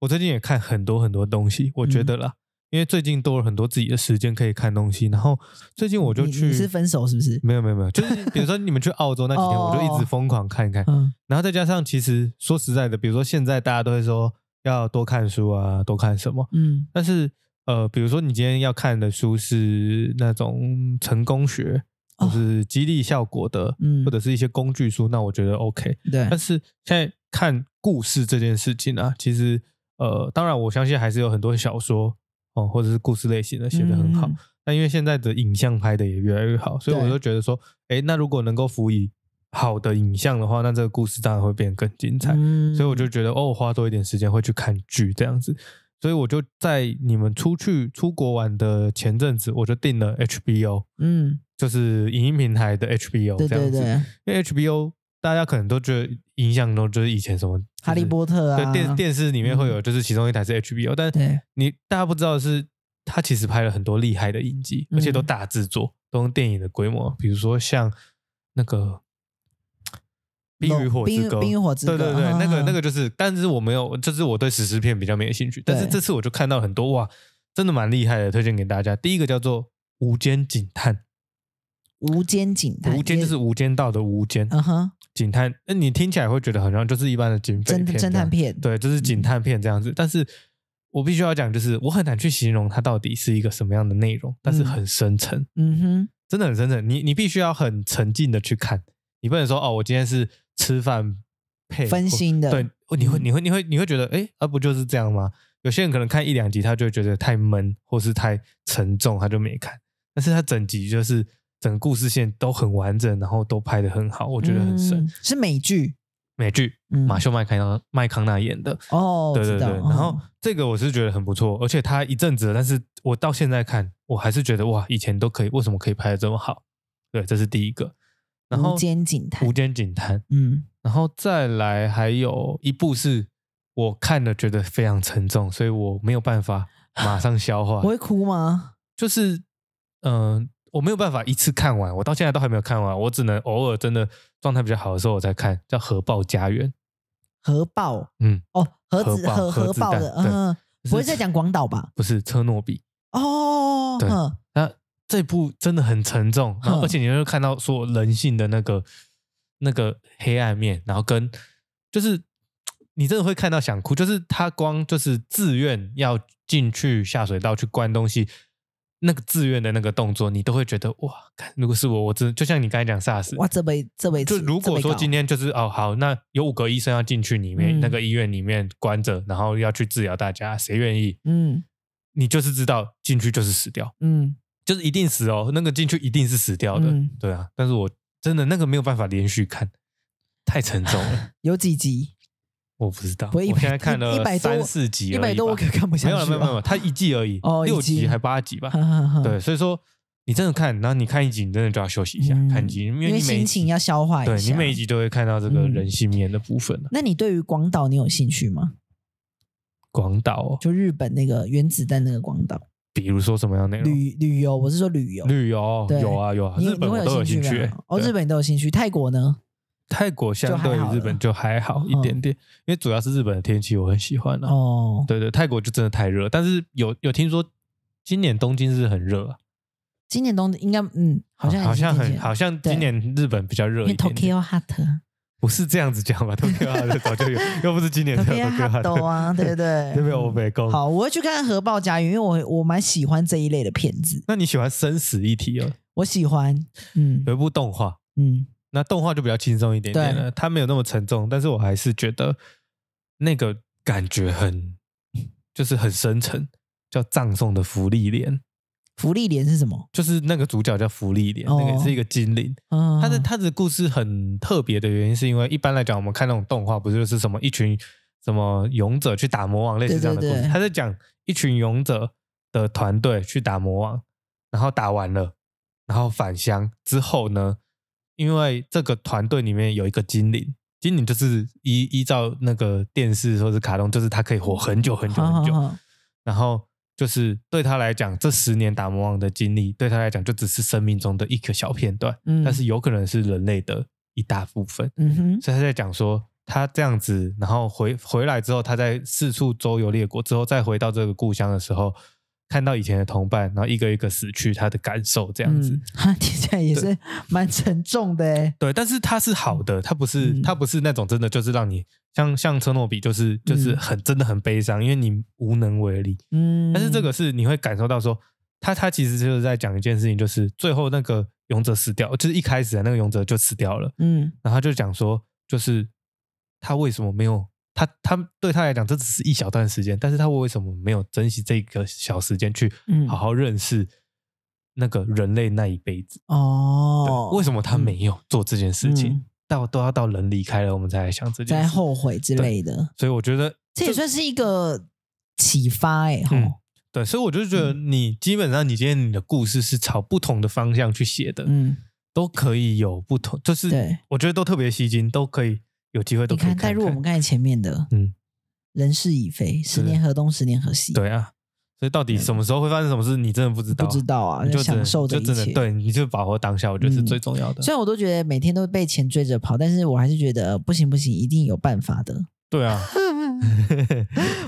S1: 我最近也看很多很多东西，我觉得啦，因为最近多了很多自己的时间可以看东西，然后最近我就
S2: 你
S1: 去
S2: 你是分手是不是？
S1: 没有没有没有，就是比如说你们去澳洲那几天，
S2: 哦
S1: 我就一直疯狂看一看，
S2: 嗯，
S1: 然后再加上其实说实在的，比如说现在大家都会说要多看书啊，多看什么，
S2: 嗯
S1: 但是呃，比如说你今天要看的书是那种成功学，
S2: 哦
S1: 或是激励效果的，
S2: 嗯
S1: 或者是一些工具书，那我觉得 OK。
S2: 对，
S1: 但是现在看故事这件事情啊，其实呃，当然我相信还是有很多小说哦，或者是故事类型的写的很好。
S2: 嗯
S1: 但因为现在的影像拍的也越来越好，所以我
S2: 对
S1: 就觉得说，哎，那如果能够辅以好的影像的话，那这个故事当然会变得更精彩。
S2: 嗯
S1: 所以我就觉得哦，我花多一点时间会去看剧这样子。所以我就在你们出去出国玩的前阵子，我就订了 HBO，
S2: 嗯，
S1: 就是影音平台的 HBO
S2: 对
S1: 这样
S2: 对
S1: 子。
S2: 对，
S1: 因为 HBO 大家可能都觉得印象中就是以前什么《
S2: 哈利波特
S1: 特
S2: 啊，嗯
S1: 对电电视里面会有，就是其中一台是 HBO，、但
S2: 对
S1: 你大家不知道的是，它其实拍了很多厉害的影集，
S2: 嗯
S1: 而且都大制作，都用电影的规模，比如说像那个。冰与火之歌，
S2: 冰冰与火之歌
S1: 对对对，
S2: 啊
S1: 那个那个就是，但是我没有，就是我对史诗片比较没有兴趣，但是
S2: 对
S1: 这次我就看到很多哇，真的蛮厉害的，推荐给大家。第一个叫做《无间警探
S2: 无间警》，探，
S1: 无间就是无间道的无间，
S2: 嗯哼，
S1: 警探，那你听起来会觉得好像就是一般的警匪
S2: 侦
S1: 片这
S2: 侦
S1: 样，
S2: 探片，
S1: 对，就是警探片这样子。但是我必须要讲，就是我很难去形容它到底是一个什么样的内容，但是很深沉，
S2: 嗯哼，
S1: 真的很深沉。你你必须要很沉浸的去看，你不能说哦，我今天是吃饭配
S2: 分心的，
S1: 对，你会
S2: 嗯
S1: 你会你会你会觉得，哎，啊不就是这样吗？有些人可能看一两集，他就会觉得太闷或是太沉重，他就没看。但是他整集就是整个故事线都很完整，然后都拍的很好，我
S2: 我
S1: 觉得很神。
S2: 嗯是美剧，
S1: 美剧，
S2: 嗯
S1: 马修麦康纳麦康纳演的，
S2: 哦，
S1: 对
S2: 知
S1: 对对。
S2: 道
S1: 然后这个我是觉得很不错，而且他一阵子了，但是我到现在看，我还是觉得哇，以前都可以，为什么可以拍的这么好？对，这是第一个。然后
S2: 无间警探
S1: 无间警探，
S2: 嗯
S1: 然后再来还有一部是我看了觉得非常沉重，所以我没有办法马上消化
S2: 我，会哭吗？
S1: 就是嗯、呃我没有办法一次看完，我到现在都还没有看完，我只能偶尔真的状态比较好的时候我才看，叫《核爆家园》。
S2: 核爆
S1: 嗯，
S2: 哦，核
S1: 核
S2: 子
S1: 爆
S2: 核
S1: 核
S2: 核
S1: 子
S2: 爆
S1: 弹
S2: 的，
S1: 对
S2: 嗯，不会在讲广岛吧？
S1: 不是车诺比，
S2: 哦，
S1: 对
S2: 哼
S1: 那这部真的很沉重，然后
S2: 哼
S1: 而且你会看到说人性的那个那个黑暗面，然后跟就是你真的会看到想哭，就是他光就是自愿要进去下水道去关东西。那个自愿的那个动作，你都会觉得哇，看如果是我，我真的就像你刚才讲 SARS，
S2: 哇，这辈这辈
S1: 就
S2: 子
S1: 如
S2: 这
S1: 果
S2: 辈
S1: 说
S2: 搞
S1: 今天就是哦好，那有五个医生要进去里面、
S2: 嗯
S1: 那个医院里面关着，然后要去治疗大家，谁愿意？
S2: 嗯
S1: 你就是知道进去就是死掉，
S2: 嗯
S1: 就是一定死哦，那个进去一定是死掉的，
S2: 嗯
S1: 对啊。但是我真的那个没有办法连续看，太沉重 了，
S2: 有几集
S1: 我不知道。
S2: 不会一百
S1: 我现在看了
S2: 一百多
S1: 三四集而已
S2: 一
S1: 吧，
S2: 百多我可看不下
S1: 没
S2: 去
S1: 有
S2: 啊了，
S1: 了，没有没有没有，它一季而已，
S2: 哦一
S1: 六
S2: 季嗯
S1: 集还八集吧，
S2: 呵 呵呵
S1: 对，所以说你真的看，然后你看一集，你真的就要休息一下，
S2: 嗯
S1: 看一集，因
S2: 因
S1: 为你每
S2: 为
S1: 一
S2: 心情
S1: 集
S2: 要消化一下。
S1: 对你每一集都会看到这个人性面的部分啊
S2: 那你对于广岛你有兴趣吗？
S1: 广岛哦，
S2: 就日本那个原子弹那个广岛
S1: 比如说什么样的内容？
S2: 旅旅游，我是说旅游，
S1: 旅游
S2: 对
S1: 有啊有啊，
S2: 你
S1: 日
S2: 你
S1: 本
S2: 会
S1: 我都有兴
S2: 兴
S1: 趣欸
S2: 吗。哦，
S1: 对
S2: 日本你都有兴趣，泰国呢？
S1: 泰国相对
S2: 就还好
S1: 于
S2: 了嗯
S1: 日本就还好一点点，因为主要是日本的天气我很喜欢啊。
S2: 哦，
S1: 对对，泰国就真的太热，但是有有听说今年东京是很热啊，
S2: 今年冬应该嗯，好像
S1: 好像
S2: 已经
S1: 很
S2: 渐渐
S1: 好像今年日本比较热
S2: 因
S1: 一
S2: 为
S1: 点点
S2: Tokyo Hot
S1: 不是这样子讲吧？Tokyo 哈的早就有，又不是今年才有 Tokyo
S2: Hot
S1: 哈
S2: 啊，对不对？
S1: 的，
S2: 嗯
S1: 有没有欧美工？
S2: 好，我会去看《核爆家园》，因为我我蛮喜欢这一类的片子，
S1: 那你喜欢生死议题哦？
S2: 我喜欢，嗯
S1: 有一部动画，
S2: 嗯，
S1: 那动画就比较轻松一点点了，它没有那么沉重，但是我还是觉得那个感觉很，就是很深沉，叫《葬送的福利莲》，
S2: 福利莲是什么？
S1: 就是那个主角叫福利莲，
S2: 哦
S1: 那个是一个精灵。
S2: 嗯，
S1: 他的他的故事很特别的原因，是因为一般来讲，我们看那种动画，不是就是什么一群什么勇者去打魔王，类似这样的故
S2: 对对
S1: 事。
S2: 对
S1: 他在讲一群勇者的团队去打魔王，然后打完了，然后返乡之后呢，因为这个团队里面有一个精灵，精灵就是依
S2: 哦
S1: 依照那个电视或是卡通，就是它可以活很久很久很久，
S2: 好好好
S1: 然后就是对他来讲，这十年打魔王的经历，对他来讲就只是生命中的一个小片段，
S2: 嗯
S1: 但是有可能是人类的一大部分。
S2: 嗯哼，
S1: 所以他在讲说，他这样子，然后回回来之后，他在四处周游列国之后，再回到这个故乡的时候，看到以前的同伴，然后一个一个死去，他的感受这
S2: 这
S1: 样子。
S2: 哈，嗯 听起来也
S1: 对
S2: 是蛮沉重的哎。
S1: 对，但是它是好的，它不是、
S2: 嗯
S1: 它不是那种真的就是让你像像车诺比就是就是
S2: 嗯
S1: 很、真的很悲伤，因为你无能为力。
S2: 嗯，
S1: 但是这个是你会感受到说，他他其实就是在讲一件事情，就是最后那个勇者死掉，就是一开始的那个勇者就死掉了，
S2: 嗯
S1: 然后他就讲说，就是他为什么没有他他对他来讲这只是一小段时间，但是他为什么没有珍惜这个小时间去
S2: 嗯
S1: 好好认识那个人类那一辈子？
S2: 哦
S1: 对，为什么他没有做这件事情？
S2: 嗯
S1: 到都要到人离开了，我们才来想这件
S2: 在
S1: 事。
S2: 后悔之类的，
S1: 所以我觉得，
S2: 这也算是一个启发哎
S1: 嗯
S2: 哈，，
S1: 对，所以我就觉得
S2: 嗯
S1: 你基本上你今天你的故事是朝不同的方向去写的，
S2: 嗯，
S1: 都可以有不同，就是
S2: 对
S1: 我觉得都特别吸睛，都可以有机会都
S2: 你
S1: 可以
S2: 看
S1: 看
S2: 带入我们刚才前面的，
S1: 嗯，
S2: 人事已非，十年河东，十年河西，
S1: 对啊，所以到底什么时候会发生什么事，你真的不知道，
S2: 不知道啊，
S1: 你就只能
S2: 享受这
S1: 就真
S2: 一
S1: 的
S2: 切。
S1: 对，你就把握当下，我觉得是
S2: 嗯
S1: 最重要的。
S2: 虽然我都觉得每天都被钱追着跑，但是我还是觉得呃不行不行，一定有办法的。
S1: 对啊，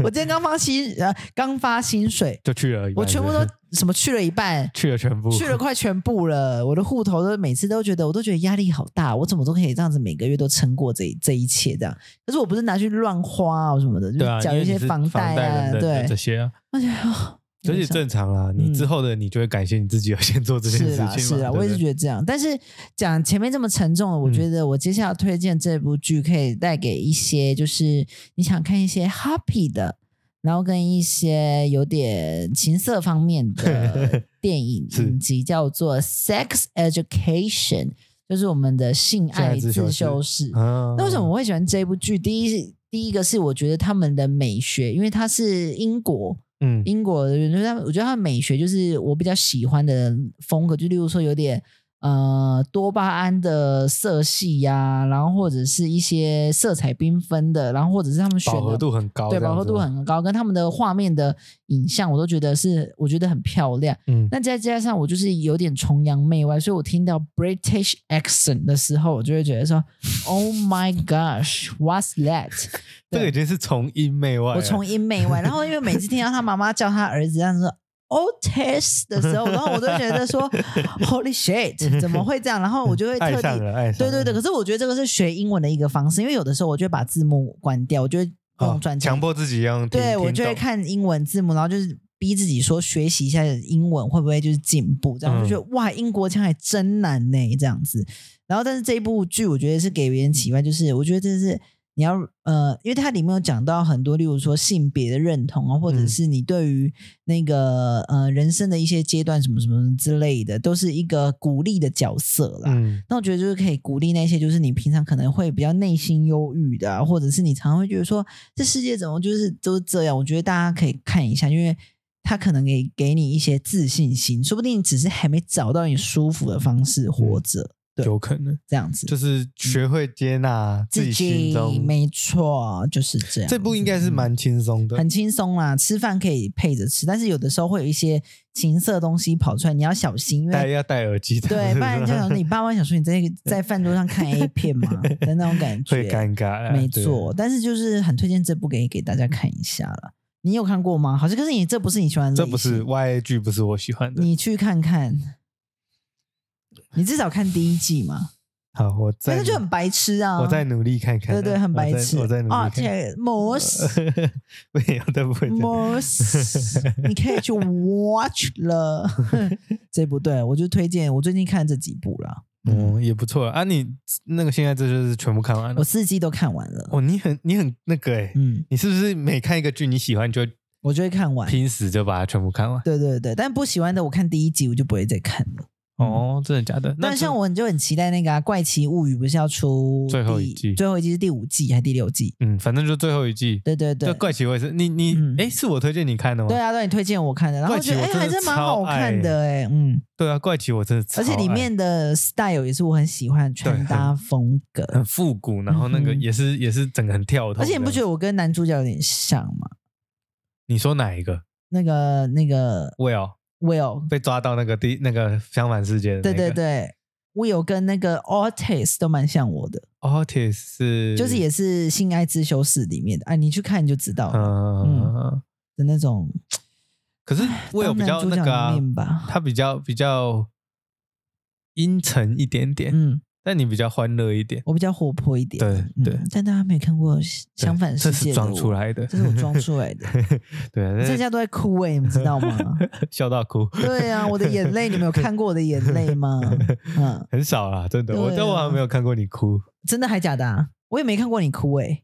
S2: 我今天刚发薪，呃，刚发薪水，
S1: 就去了一半，
S2: 我全部都什么去了一半，
S1: 去了全部，
S2: 去了快全部了，我的户头都每次都觉得，我都觉得压力好大，我怎么都可以这样子每个月都撑过这一这一切这样？可是我不是拿去乱花啊什么的，就
S1: 对啊，
S2: 是缴
S1: 因为你
S2: 一些
S1: 是
S2: 房
S1: 贷
S2: 啊，
S1: 等等的
S2: 对
S1: 这，些啊。
S2: 而且啊，
S1: 这
S2: 没
S1: 是
S2: 想
S1: 正常啦，你
S2: 嗯
S1: 之后的你就会感谢你自己有先做这件事
S2: 是
S1: 情嘛。
S2: 啦是啦，我也是觉
S1: 得，
S2: 得这样。但是讲前面这么沉重的，我
S1: 嗯
S2: 觉得我接下来推荐这部剧可以带给一些，就是你想看一些 happy 的，然后跟一些有点情色方面 的电影
S1: 是
S2: 影集，叫做《Sex Education》，就是我们的性爱
S1: 性爱自
S2: 自
S1: 修室
S2: 修室。
S1: 啊
S2: 那为什么我会喜欢这部剧？第一，第一个是我觉得他们的美学，因为它是英国，
S1: 嗯
S2: 英国的人，就是他们，我觉得他们美学就是我比较喜欢的风格，就例如说有点呃多巴胺的色系呀、然后或者是一些色彩缤纷的，然后或者是他们选
S1: 饱和
S2: 的
S1: 度很高，
S2: 对饱和度，很高，跟他们的画面的影像，我都觉得是我觉得很漂亮。
S1: 嗯，
S2: 那再加上我就是有点崇洋媚外，所以我听到 British accent 的时候，我就会觉得说，Oh my gosh，what's that？
S1: 这个已经是从音媚外了，
S2: 我从英媚外，然后因为每次听到他妈妈叫他儿子这样说 Otis 的时候，然后我都觉得说 Holy shit，怎么会这样？然后我就 会
S1: 爱
S2: 特
S1: 上
S2: 地
S1: 了，爱上
S2: 对
S1: 了，
S2: 对对。可是我觉得这个是学英文的一个方式，因为有的时候我就会把字幕关掉，我就会
S1: 哦
S2: 用专辑
S1: 强迫自己要用听，
S2: 对我
S1: 听
S2: 就会
S1: 懂，
S2: 看英文字幕，然后就是逼自己说学习一下英文会不会就是进步，这样、
S1: 嗯
S2: 就觉得哇，英国腔还真难呢、这样子。然后，但是这一部剧我觉得是给别人期待，就是我觉得这是你要呃，因为它里面有讲到很多，例如说性别的认同啊，或者
S1: 嗯
S2: 是你对于那个呃人生的一些阶段什么什么之类的，都是一个鼓励的角色啦。
S1: 嗯
S2: 那我觉得就是可以鼓励那些，就是你平常可能会比较内心忧郁的啊、或者是你常常会觉得说这世界怎么就是都这样。我觉得大家可以看一下，因为它可能给给你一些自信心，说不定你只是还没找到你舒服的方式活着，对
S1: 有可能
S2: 这样子
S1: 嗯就是学会接纳自己心中，
S2: 没错，就是这样子。
S1: 这部应该是蛮轻松的，
S2: 很轻松啦，吃饭可以配着吃，但是有的时候会有一些情色东西跑出来，你要小心，因为
S1: 戴要戴耳机的，
S2: 对，不然就想说你爸妈想说你在在饭桌上看 A 片 嘛的那种感觉，
S1: 会尴尬啦，
S2: 没
S1: 哎对
S2: 错，，但是就是很推荐这部给给大家看一下了。你有看过吗？好像可是你这不是你喜欢的，
S1: 这不是，YA 剧，不是我喜欢的。
S2: 你去看看。你至少看第一季嘛，
S1: 好，我
S2: 但
S1: 再
S2: 是就很白痴啊！
S1: 我再努力看看啊，
S2: 对对，很白
S1: 我再
S2: 痴
S1: 我再努力
S2: 啊！而
S1: 看看。
S2: 且摩斯
S1: 没有，对不 会这样。
S2: 摩斯，你可以去 watch 了。 这部对我就推荐，我最近看这几部了，
S1: 嗯，也不错啊。你那个现在这就是全部看完了
S2: 我。四季都看完了。
S1: 哦，你很你很那个哎，
S2: 嗯，
S1: 你是不是每看一个剧你喜欢，你就会
S2: 我就会看完。
S1: 拼死就把它全部看完？
S2: 对对对，但不喜欢的我看第一集我就不会再看了。
S1: 哦，真的假的？那
S2: 但像
S1: 这
S2: 我就很期待那个、啊《怪奇物语》，不是要出
S1: 最后
S2: 第
S1: 一季
S2: 最后一季是第五季还是第六季？
S1: 嗯，反正就最后一季，
S2: 对对对
S1: 就，怪奇卫士，你你
S2: 嗯
S1: 哎，是我推荐你看的吗？
S2: 对啊，对你推荐我看的，然后
S1: 怪
S2: 我
S1: 奇
S2: 觉得哎、
S1: 我真
S2: 还
S1: 的
S2: 真蛮好
S1: 超爱
S2: 看的哎、嗯，
S1: 对啊，怪奇我真的超
S2: 而
S1: 爱，
S2: 且里面的 style 也是我很喜欢的穿搭风格，
S1: 很复古，然后那个
S2: 嗯哼
S1: 也是也是整个很跳脱。
S2: 而且你不觉
S1: 得？
S2: 得我跟男主角有点像吗？
S1: 你说哪一个？
S2: 那个那个
S1: Will
S2: Will，
S1: 被抓到那个第那个相反世界的、那
S2: 对
S1: 个，
S2: 对对，Will 跟那个 Ortiz 都蛮像我的，
S1: ，Otis 是
S2: 就是也是性爱自修室里面的，哎、你去看你就知道
S1: 嗯、
S2: 了的那种。
S1: 可是 Will
S2: 当
S1: 比
S2: 男
S1: 较
S2: 主
S1: 那
S2: 角
S1: 个、
S2: 的
S1: 啊
S2: 命吧，
S1: 他比较比较阴沉一点点，
S2: 嗯，
S1: 但你比较欢乐一点，
S2: 我比较活泼一点，
S1: 对
S2: 嗯
S1: 对
S2: 但大家没看过
S1: 对
S2: 相反世
S1: 这
S2: 界
S1: 是
S2: 的我，
S1: 装出来的，，
S2: 这是我装出来的
S1: 对啊，
S2: 大
S1: 那
S2: 家都在哭哎、你们知道吗？
S1: 笑到哭，
S2: 对啊，我的眼泪，你们有看过我的眼泪吗？ 嗯，
S1: 很少啦，真的，我
S2: 对
S1: 但我好
S2: 啊
S1: 像没有看过你哭。
S2: 真的还假的、啊？我也没看过你哭哎、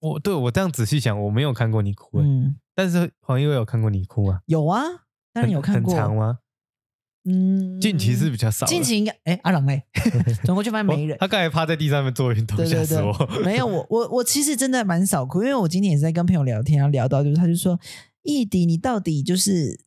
S1: 我对我这样仔细想，我没有看过你哭、欸
S2: 嗯，
S1: 但是黄一伟有看过你哭吗？
S2: 有啊，当然有看过
S1: 很，长吗？
S2: 嗯，
S1: 近期是比较少了，
S2: 近期应该哎阿郎嘞， 转过去发现
S1: 我
S2: 没人。
S1: 他刚才趴在地上面做运动，
S2: 对
S1: 吓
S2: 对
S1: 死
S2: 对
S1: 我！
S2: 没有我我我其实真的蛮少哭，因为我今天也是在跟朋友聊天，然后聊到就是他就说，易迪你到底就是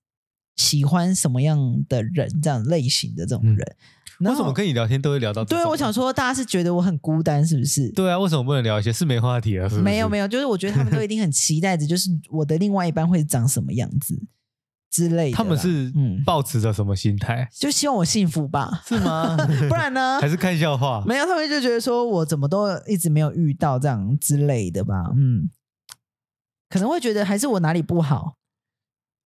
S2: 喜欢什么样的人，这样类型的这种
S1: 嗯
S2: 人？然
S1: 为
S2: 后
S1: 什么跟你聊天都会聊到这种？
S2: 对，我想说大家是觉得我很孤单，是不是？
S1: 对啊，为什么不能聊一些？是没话题了，是不是？
S2: 没有没
S1: 有，
S2: 有，就是我觉得他们都一定很期待着，就是我的另外一半会长什么样子之类的啦。
S1: 他们是
S2: 嗯，
S1: 抱持着什么心态？
S2: 就希望我幸福 吧，嗯
S1: 是吗？
S2: 不然呢
S1: 还？是看笑话？
S2: 没有，他们就觉得说我怎么都一直没有遇到这样之类的吧，嗯，可能会觉得还是我哪里不好，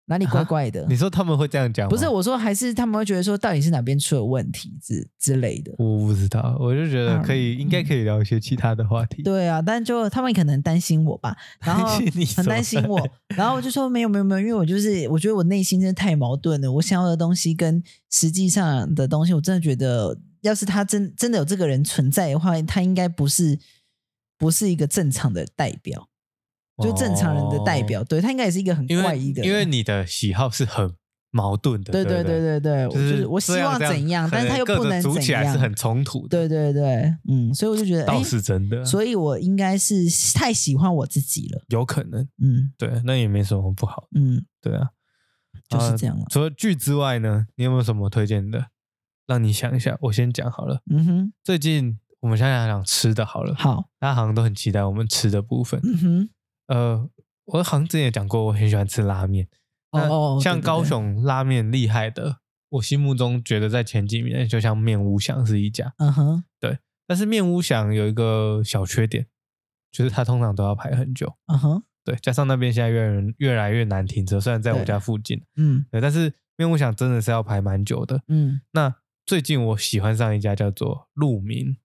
S2: 哪里怪怪的
S1: 啊你，说他们会这样讲吗？
S2: 不是我说还是他们会觉得说到底是哪边出了问题之之类的，
S1: 我不知道，我就觉得可以，
S2: 嗯
S1: 应该可以聊一些其他的话题。
S2: 对啊，但就他们可能担心我吧，然后
S1: 担心你什么
S2: 很担心我，然后我就说没有没有没有，因为我就是我觉得我内心真的太矛盾了，我想要的东西跟实际上的东西，我真的觉得要是他真真的有这个人存在的话，他应该不是不是一个正常的代表，就正常人的代表，
S1: 哦，
S2: 对他应该也是一个很
S1: 因
S2: 怪
S1: 为
S2: 异的人，
S1: 因为你的喜好是很矛盾的，
S2: 对
S1: 对
S2: 对
S1: 不
S2: 对对对，我就是我希
S1: 这
S2: 望
S1: 这
S2: 怎样，但是他又
S1: 可
S2: 不能
S1: 各个组
S2: 怎
S1: 起来
S2: 样
S1: 是，很冲突的，
S2: 对对对，嗯，所以我就觉得
S1: 倒
S2: 哎
S1: 是真的，
S2: 所以我应该是太喜欢我自己了，
S1: 有可能，
S2: 嗯
S1: 对，那也没什么不好，
S2: 嗯，
S1: 对啊，
S2: 就是这样了
S1: 啊。除了剧之外呢，你有没有什么推荐的？让你想一下，我先讲好了。
S2: 嗯哼，
S1: 最近我们想想想吃的好了，
S2: 好，
S1: 大家好像都很期待我们吃的部分。
S2: 嗯 哼，
S1: 呃，我好像之前也讲过，我很喜欢吃拉面。
S2: 哦
S1: 那
S2: 哦，对
S1: 像
S2: 对
S1: 高
S2: 对
S1: 雄拉面厉害的，我心目中觉得在前几名，就像面屋想是一家。
S2: 嗯哼，
S1: 但是面屋想有一个小缺点，就是它通常都要排很久。
S2: 嗯哼，
S1: 对，加上那边现在越来越越来越难停车，虽然在我
S2: 对
S1: 家附近，
S2: 嗯
S1: 对，但是面屋想真的是要排蛮久的。
S2: 嗯，
S1: 那最近我喜欢上一家叫做鹿鸣，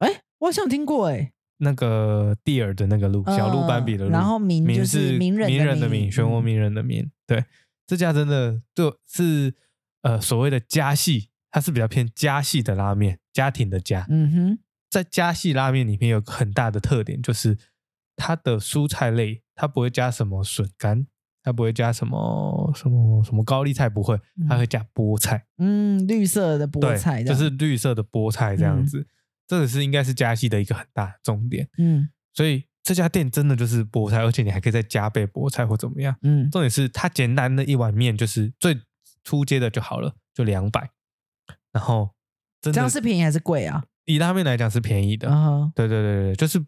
S2: 哎，我好像听过哎，
S1: 那个蒂尔的那个鹿，
S2: 嗯
S1: 小鹿斑比的鹿，
S2: 然后鸣就是鸣人的
S1: 鸣人的
S2: 鸣
S1: 鸣，漩涡
S2: 嗯
S1: 鸣人的鸣。对，这家真的就是呃所谓的家系，它是比较偏家系的拉面，家庭的家。
S2: 嗯哼，
S1: 在家系拉面里面有个很大的特点，就是它的蔬菜类，它不会加什么笋干，它不会加什么什么什么高丽菜，不会，它会加菠菜。
S2: 嗯，绿色的菠
S1: 对，
S2: 菜
S1: 就
S2: 这样，
S1: 是绿色的菠菜这样
S2: 嗯
S1: 子，这个是应该是加西的一个很大的重点。
S2: 嗯
S1: 所以这家店真的就是菠菜，而且你还可以再加倍菠菜或怎么样。
S2: 嗯
S1: 重点是它简单的一碗面就是最初阶的就好了，就两百，然后真
S2: 这样
S1: 的
S2: 是便宜还是贵啊？
S1: 以拉面来讲是便宜的。
S2: 啊哈，
S1: 对对对对，就是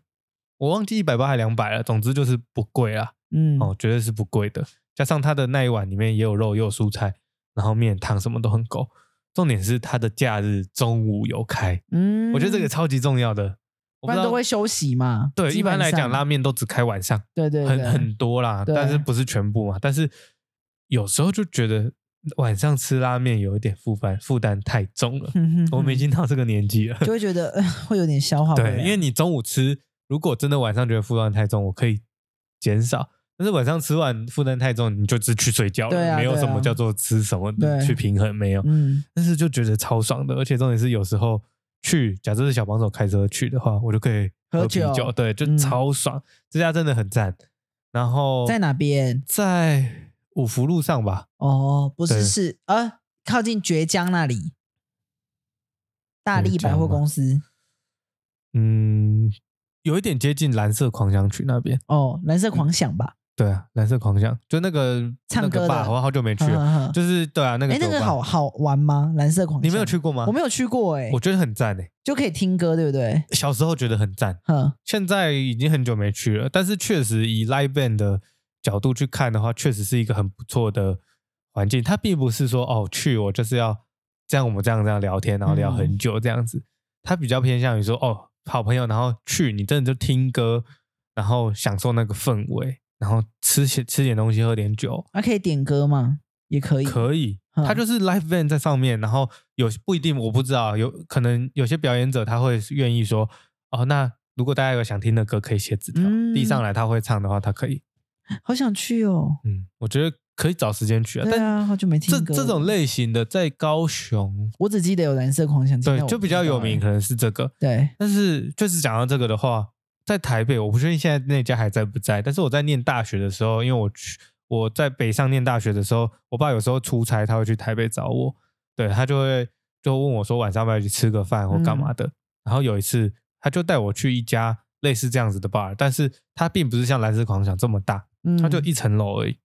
S1: 我忘记一百八还两百了，总之就是不贵啦。
S2: 嗯，
S1: 哦，绝对是不贵的。加上它的那一碗里面也有肉，也有蔬菜，然后面汤什么都很够。重点是它的假日中午有开，
S2: 嗯，
S1: 我觉得这个超级重要的。我不
S2: 不
S1: 知
S2: 然
S1: 道
S2: 都会休息嘛，
S1: 对，
S2: 基
S1: 一般
S2: 本
S1: 来讲
S2: 上
S1: 拉，面都只开晚上，
S2: 对对，
S1: 很
S2: 对
S1: 很多啦，
S2: 对
S1: 但是不是全部嘛？但是有时候就觉得晚上吃拉面有一点负担，负担太重 了。
S2: 哼嗯哼
S1: 我们
S2: 哼
S1: 已经到这个年纪了，
S2: 就会觉得呃会有点消化不
S1: 对，
S2: 良
S1: 因为你中午吃，如果真的晚上觉得负担太重，我可以减少。但是晚上吃完负担太重，你就只去睡觉了，
S2: 对啊
S1: 没有
S2: 对
S1: 什么
S2: 啊
S1: 叫做吃什么
S2: 对
S1: 去平衡，没有。
S2: 嗯
S1: 但是就觉得超爽的，而且重点是有时候去，假设是小帮手开车去的话，我就可以
S2: 喝
S1: 啤
S2: 酒
S1: 酒，对，就
S2: 嗯
S1: 超爽。这家真的很赞。然后
S2: 在哪边？
S1: 在五福路上吧，
S2: 哦，不
S1: 对
S2: 是是呃，靠近绝江那里，大
S1: 绝
S2: 力百
S1: 江
S2: 货
S1: 吗
S2: 公司
S1: 嗯，有一点接近蓝色狂想曲那边。
S2: 哦，蓝
S1: 嗯
S2: 色狂想吧，
S1: 对啊，蓝色狂想就那个
S2: 唱歌
S1: 那个
S2: 的
S1: 吧，我好久没去
S2: 呵
S1: 了。
S2: 呵呵
S1: 就是对嗯啊，那个
S2: 哎，那
S1: 酒
S2: 个
S1: 吧
S2: 好，好玩吗？蓝色狂想，
S1: 你没有去过吗？
S2: 我没有去过哎
S1: 我，觉得很赞诶，
S2: 就可以听歌，对不对？
S1: 小时候觉得很赞，
S2: 哼，
S1: 现在已经很久没去了，但是确实以 live band 的角度去看的话，确实是一个很不错的环境。它并不是说哦去我就是要这样我们这样这样聊天，然后聊很久这样子。它比较偏向于说哦好朋友，然后去你真的就听歌，然后享受那个氛围，然后吃些吃点东西，喝点酒，
S2: 啊还、可以点歌吗？也可以，
S1: 可以，
S2: 嗯
S1: 它就是 live band 在上面，然后有不一定我不知道，有可能有些表演者他会愿意说，哦，那如果大家有想听的歌，可以写纸条，
S2: 嗯
S1: 递上来他会唱的话，他可以，
S2: 好想去哦。
S1: 嗯，我觉得可以找时间去啊，
S2: 对
S1: 但
S2: 啊，好久没
S1: 这
S2: 听歌。
S1: 这种，类型的在高雄，
S2: 我只记得有蓝色狂想。
S1: 对
S2: 但，我
S1: 就
S2: 不
S1: 比较
S2: 知道
S1: 有名，
S2: 欸
S1: 可能是这个，
S2: 对，
S1: 但是就是讲到这个的话，在台北，我不确定现在那家还在不在。但是我在念大学的时候，因为我去我在北上念大学的时候，我爸有时候出差，他会去台北找我，对他就会就问我说晚上要不要去吃个饭或干嘛的。然后有一次，他就带我去一家类似这样子的 bar，但是它并不是像蓝色狂想这么大，
S2: 嗯，
S1: 它就一层楼而已。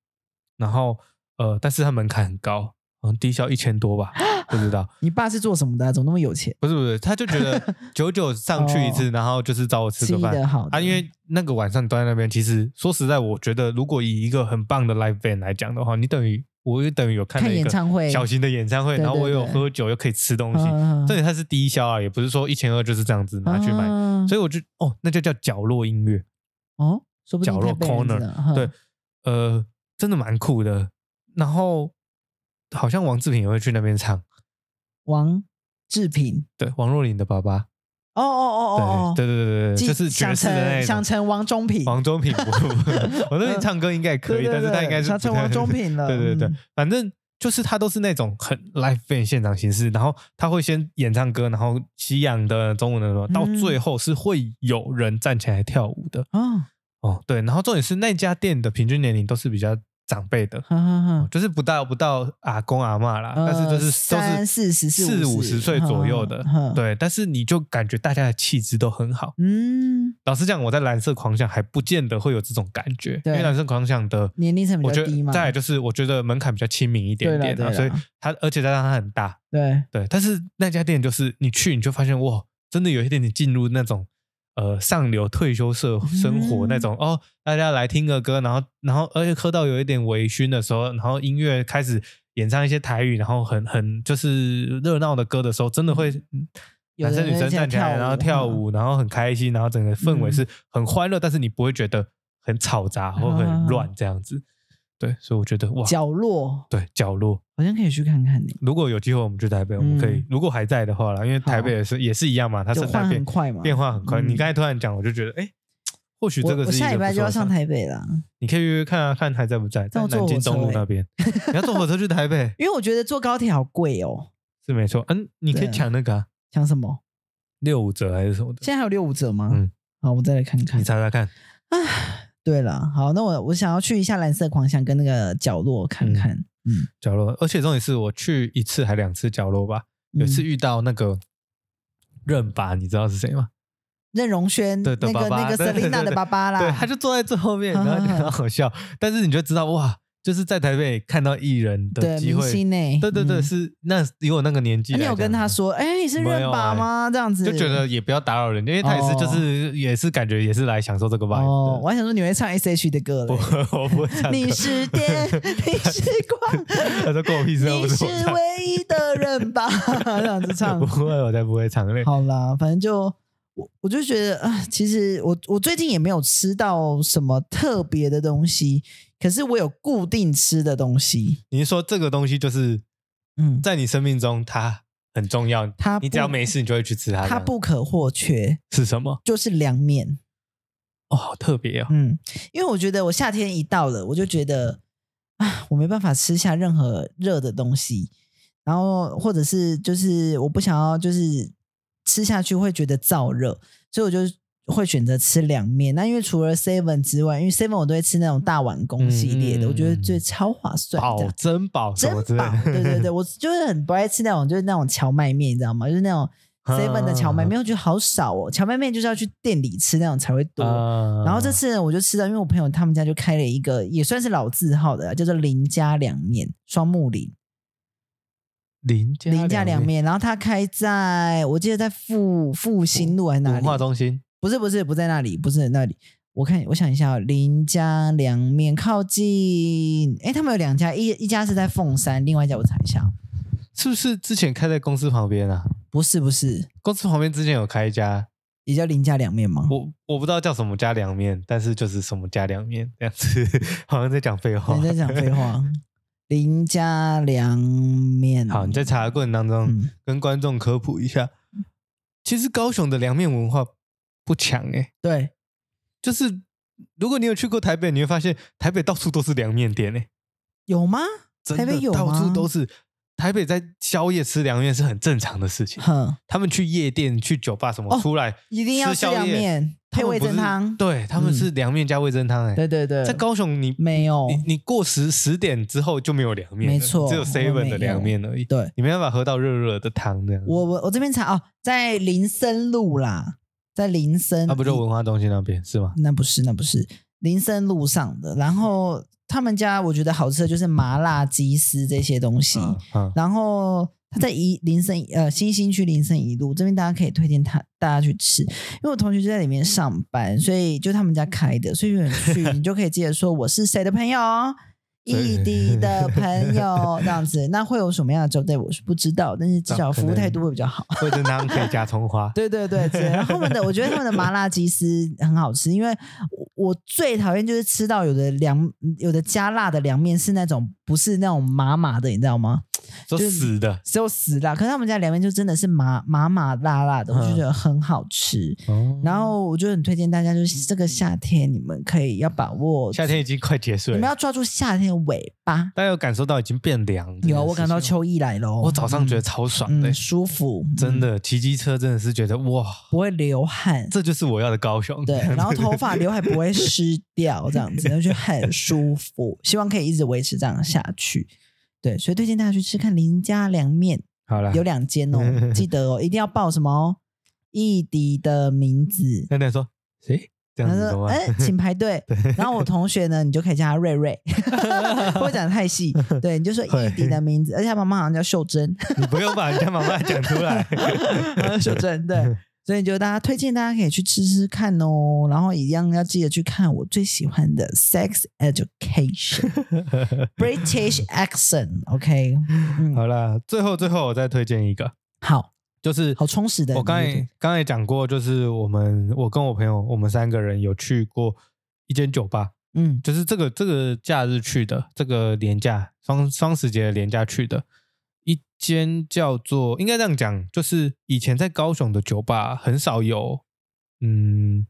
S1: 然后呃，但是它门槛很高，好像低消一千多吧，不知道。
S2: 你爸是做什么的啊、怎么那么有钱？
S1: 不是不是，他就觉 得久久上去一次，然后就是找我吃
S2: 吃
S1: 个饭
S2: 的哦好的
S1: 啊。因为那个晚上端在那边，其实说实在，我觉得如果以一个很棒的 live band 来讲的话，你等于我也等于有看了
S2: 看
S1: 一
S2: 演
S1: 个
S2: 唱会
S1: 小型的演唱会，
S2: 对
S1: 然后
S2: 对
S1: 我有
S2: 对
S1: 喝酒又可以吃东西，
S2: 嗯
S1: 这里它是低消啊，也不是说一千二就是这样子拿去买，
S2: 啊
S1: 所以我就哦，那就叫角落音乐，
S2: 哦，说不定
S1: 角落
S2: 太被人知
S1: corner，
S2: 道
S1: 对，，呃，真的蛮酷的。然后好像王志平也会去那边唱，
S2: 王志平，
S1: 对，王若琳的爸爸。
S2: 哦哦哦哦哦，
S1: 对对对对
S2: 记
S1: 对，就是爵
S2: 想
S1: 士的那
S2: 成
S1: 一
S2: 想
S1: 种。
S2: 成王中平，
S1: 王中平不， 王中平唱歌应该也可以，
S2: 对对
S1: 但是他应该
S2: 对
S1: 是
S2: 想成
S1: 不太
S2: 王中平了
S1: 对对对
S2: 嗯，
S1: 反正就是他都是那种很 live band 现场形式，然后他会先演唱歌，然后西洋的、中文的什么，到
S2: 嗯
S1: 最后是会有人站起来跳舞的。
S2: 哦，
S1: 哦，对，然后重点是那家店的平均年龄都是比较长辈的，
S2: 哈哈哈，
S1: 就是不到不到阿公阿嬷啦，
S2: 呃
S1: 但是就是都
S2: 三
S1: 是
S2: 四十四
S1: 四
S2: 五
S1: 五
S2: 十
S1: 十岁左右的
S2: 嗯嗯，
S1: 对，但是你就感觉大家的气质都很好。
S2: 嗯，
S1: 老实讲，我在蓝色狂想还不见得会有这种感觉，因
S2: 对
S1: 为蓝色狂想的
S2: 年龄层比
S1: 我
S2: 较
S1: 觉
S2: 低
S1: 得
S2: 嘛，
S1: 再来就是我觉得门槛比较亲民一点点
S2: 对啦
S1: 啊，
S2: 对啦
S1: 所以它而且再加上它很大，
S2: 对，
S1: 对。但是那家店就是你去你就发现哇，真的有一点点进入那种呃上流退休社生活
S2: 嗯
S1: 那种、哦，大家来听个歌，然后然后而且喝到有一点微醺的时候，然后音乐开始演唱一些台语，然后很很就是热闹的歌的时候，真的
S2: 嗯
S1: 会。嗯
S2: 有
S1: 男
S2: 的
S1: 生
S2: 人
S1: 女生
S2: 在
S1: 站起来，
S2: 跳舞啊
S1: 然后跳舞，然后很开心，然后整个氛围
S2: 嗯
S1: 是很欢乐，但是你不会觉得很吵杂或
S2: 啊
S1: 很乱这样子。对，所以我觉得哇，
S2: 角落
S1: 对角落，
S2: 好像可以去看看你，
S1: 如果有机会我们去台北，我们可以
S2: 嗯
S1: 如果还在的话啦，因为台北也是也是一样嘛，它
S2: 就
S1: 生态
S2: 换
S1: 变
S2: 很快嘛，
S1: 变化很快。
S2: 嗯
S1: 你刚才突然讲，我就觉得哎，或许这
S2: 我
S1: 个
S2: 我
S1: 是一
S2: 下
S1: 个
S2: 礼拜
S1: 不错
S2: 就要
S1: 的
S2: 上
S1: 方
S2: 台北了，
S1: 你可以约约看啊，看还在不在，在
S2: 但我坐
S1: 南京
S2: 火车
S1: 东路
S2: 欸
S1: 那边。你要坐火车去台 北
S2: 因为我觉得坐高铁好贵哦，
S1: 是没错，嗯，你可以
S2: 对啊
S1: 抢那个啊
S2: 想什么？
S1: 六五折还是什么的，
S2: 现在还有六五折吗？
S1: 嗯，
S2: 好，我再来看看
S1: 你。查查看。
S2: 唉，对了，好，那我我想要去一下蓝色狂想跟那个角落看看。嗯，
S1: 角落，而且重点是我去一次还两次角落吧，有一次
S2: 嗯
S1: 遇到那个任拔，你知道是谁吗？
S2: 任容萱
S1: 对的
S2: 那
S1: 爸
S2: 个
S1: 爸
S2: 那个
S1: 对对
S2: Selina 的
S1: 对
S2: 爸爸啦，
S1: 对，他就坐在最后面，然后就很好笑，但是你就知道哇，就是在台北看到艺人的
S2: 对
S1: 机
S2: 明
S1: 会，
S2: 星呢，
S1: 对对对，
S2: 嗯
S1: 是那以我那个年纪
S2: 啊
S1: 来
S2: 你
S1: 讲，
S2: 有跟他说，哎，你是
S1: 没
S2: 任
S1: 有
S2: 爸
S1: 哎
S2: 吗？这样子
S1: 就觉得也不要打扰人，因为他也是就是也是感觉也是来享受这个 vibe 的。
S2: 哦，我还想说你会唱 S H 的歌
S1: 不
S2: 嘞，
S1: 我不会唱歌，
S2: 你是电，你是光，
S1: 他说关我屁事，又
S2: 你
S1: 不
S2: 是
S1: 我唱
S2: 唯一的 人吧，这样子唱
S1: 不。会，我才不会唱嘞。
S2: 好啦，反正就我我就觉得啊，其实我我最近也没有吃到什么特别的东西，可是我有固定吃的东西，
S1: 你是说这个东西就是
S2: 嗯，
S1: 在你生命中它很重要，
S2: 它不
S1: 你只要没事，你就会去吃它。
S2: 它不可或缺，
S1: 是什么？
S2: 就是凉面。
S1: 哦，好特别哦！
S2: 嗯，因为我觉得我夏天一到了，我就觉得啊，我没办法吃下任何热的东西，然后或者是就是我不想要就是吃下去会觉得燥热，所以我就会选择吃凉面。那因为除了 seven 之外，因为 seven 我都会吃那种大碗公系列的，我觉得
S1: 嗯
S2: 最超划算的。
S1: 宝珍宝什
S2: 珍
S1: 么之类
S2: 宝，
S1: 的，
S2: 对对 对，我就是很不爱吃那种，就是那种荞麦面，你知道吗？就是那种
S1: 啊
S2: seven 的荞麦面，我觉得好少哦。荞麦面就是要去店里吃那种才会多。
S1: 啊
S2: 然后这次呢，我就吃到，因为我朋友他们家就开了一个也算是老字号的啊，叫做林家凉面，双木林
S1: 林家
S2: 林家凉面。然后他开在我记得在复复兴路还是哪
S1: 文
S2: 里？
S1: 化中心
S2: 不是不是不在那里，不是那里。我看我想一下哦，林家凉面靠近，哎，他们有两家，一一家是在凤山，另外一家我查一下哦，
S1: 是不是之前开在公司旁边啊？
S2: 不是不是，
S1: 公司旁边之前有开一家，
S2: 也叫林家凉面吗？
S1: 我我不知道叫什么家凉面，但是就是什么家凉面这样子， 好像在讲废话。
S2: 你在讲废。 话，林家凉面。
S1: 好，你在查的过程当中、
S2: 嗯
S1: 跟观众科普一下，其实高雄的凉面文化不强诶、
S2: 对，
S1: 就是如果你有去过台北，你会发现台北到处都是凉面店欸诶、
S2: 有吗？
S1: 真
S2: 台
S1: 的
S2: 北有
S1: 到处
S2: 吗
S1: 都是。台北在宵夜吃凉面是很正常的事 情，
S2: 哼，
S1: 他们去夜店、去酒吧什么
S2: 哦
S1: 出来，
S2: 一定要
S1: 吃
S2: 吃
S1: 宵
S2: 凉
S1: 夜
S2: 面
S1: 他
S2: 配
S1: 们
S2: 味
S1: 不
S2: 噌
S1: 是
S2: 汤。
S1: 对，他们
S2: 嗯
S1: 是凉面加味噌汤诶、
S2: 对对对，
S1: 在高雄你
S2: 没有
S1: 你你过十十点之后就没有凉面了，
S2: 没错
S1: 只有
S2: 我们
S1: seven
S2: 没
S1: 的
S2: 有
S1: 凉面而已，
S2: 对
S1: 你没办法喝到热热的汤这样子。
S2: 我我我这边查哦，在林森路啦，在林森，
S1: 啊那、不就文化中心那边是吗？
S2: 那不是那不是林森路上的。然后他们家我觉得好吃的就是麻辣鸡丝这些东西。
S1: 嗯，
S2: 然后他在一林森呃新兴区林森一路这边，大家可以推荐他大家去吃，因为我同学就在里面上班，所以就他们家开的，所以有人去你就可以记得说我是谁的朋友哦。
S1: 对
S2: 异地的朋 友这样子，那会有什么样的招待我是不知道，但是至少服务态度会比较好。，
S1: 嗯味噌汤可以加葱花
S2: 对对对，对然后他们的我觉得他们的麻辣鸡丝很好吃，因为我我最讨厌就是吃到有的凉有的加辣的凉面是那种不是那种麻麻的，你知道吗？
S1: 说
S2: 就是
S1: 死的。
S2: 只有死辣，可是他们家凉面就真的是麻麻麻辣辣的，
S1: 嗯
S2: 我就觉得很好吃。
S1: 哦
S2: 然后我就很推荐大家，就是这个夏天你们可以要把握，
S1: 哦夏天已经快结束
S2: 你们
S1: 了
S2: 要，抓住夏天的尾巴。
S1: 大家有感受到已经变凉？
S2: 有，我感到，秋意来喽。
S1: 我早上觉得超爽
S2: 嗯
S1: 的、
S2: 嗯舒服，
S1: 真
S2: 的
S1: 的骑机车真的是觉得哇，
S2: 不会流汗。
S1: 这就是我要的高雄。
S2: 对，然后头发刘海不会湿掉，这样 子那就很舒服。希望可以一直维持这样下去。对，所以推荐大家去吃看林家凉面，
S1: 好了，
S2: 有两间哦，记得哦，一定要报什么哦，一迪的名字。
S1: 那那说谁这样
S2: 他
S1: 子懂
S2: 说：“
S1: 吗？
S2: 哎、请 排队。”然后我同学呢，你就可以叫他瑞瑞，不会讲得太细。对，你就说
S1: 会
S2: 一迪的名字，而且他妈妈好像叫 秀珍，
S1: 你不用把人家妈妈讲出来。
S2: 好像秀 珍对。所以就大家推荐大家可以去吃吃看哦，然后一样要记得去看我最喜欢的《Sex Education 》British Accent，OK，、嗯，
S1: 好啦，最后最后我再推荐一个，
S2: 好
S1: 就是
S2: 好充实的
S1: 我刚
S2: 你的
S1: 才刚才讲过，就是我们我跟我朋友我们三个人有去过一间酒吧，
S2: 嗯
S1: 就是这个这个假日去的，这个年假双双十节的年假去的一间叫做应该这样讲，就是以前在高雄的酒吧很少有嗯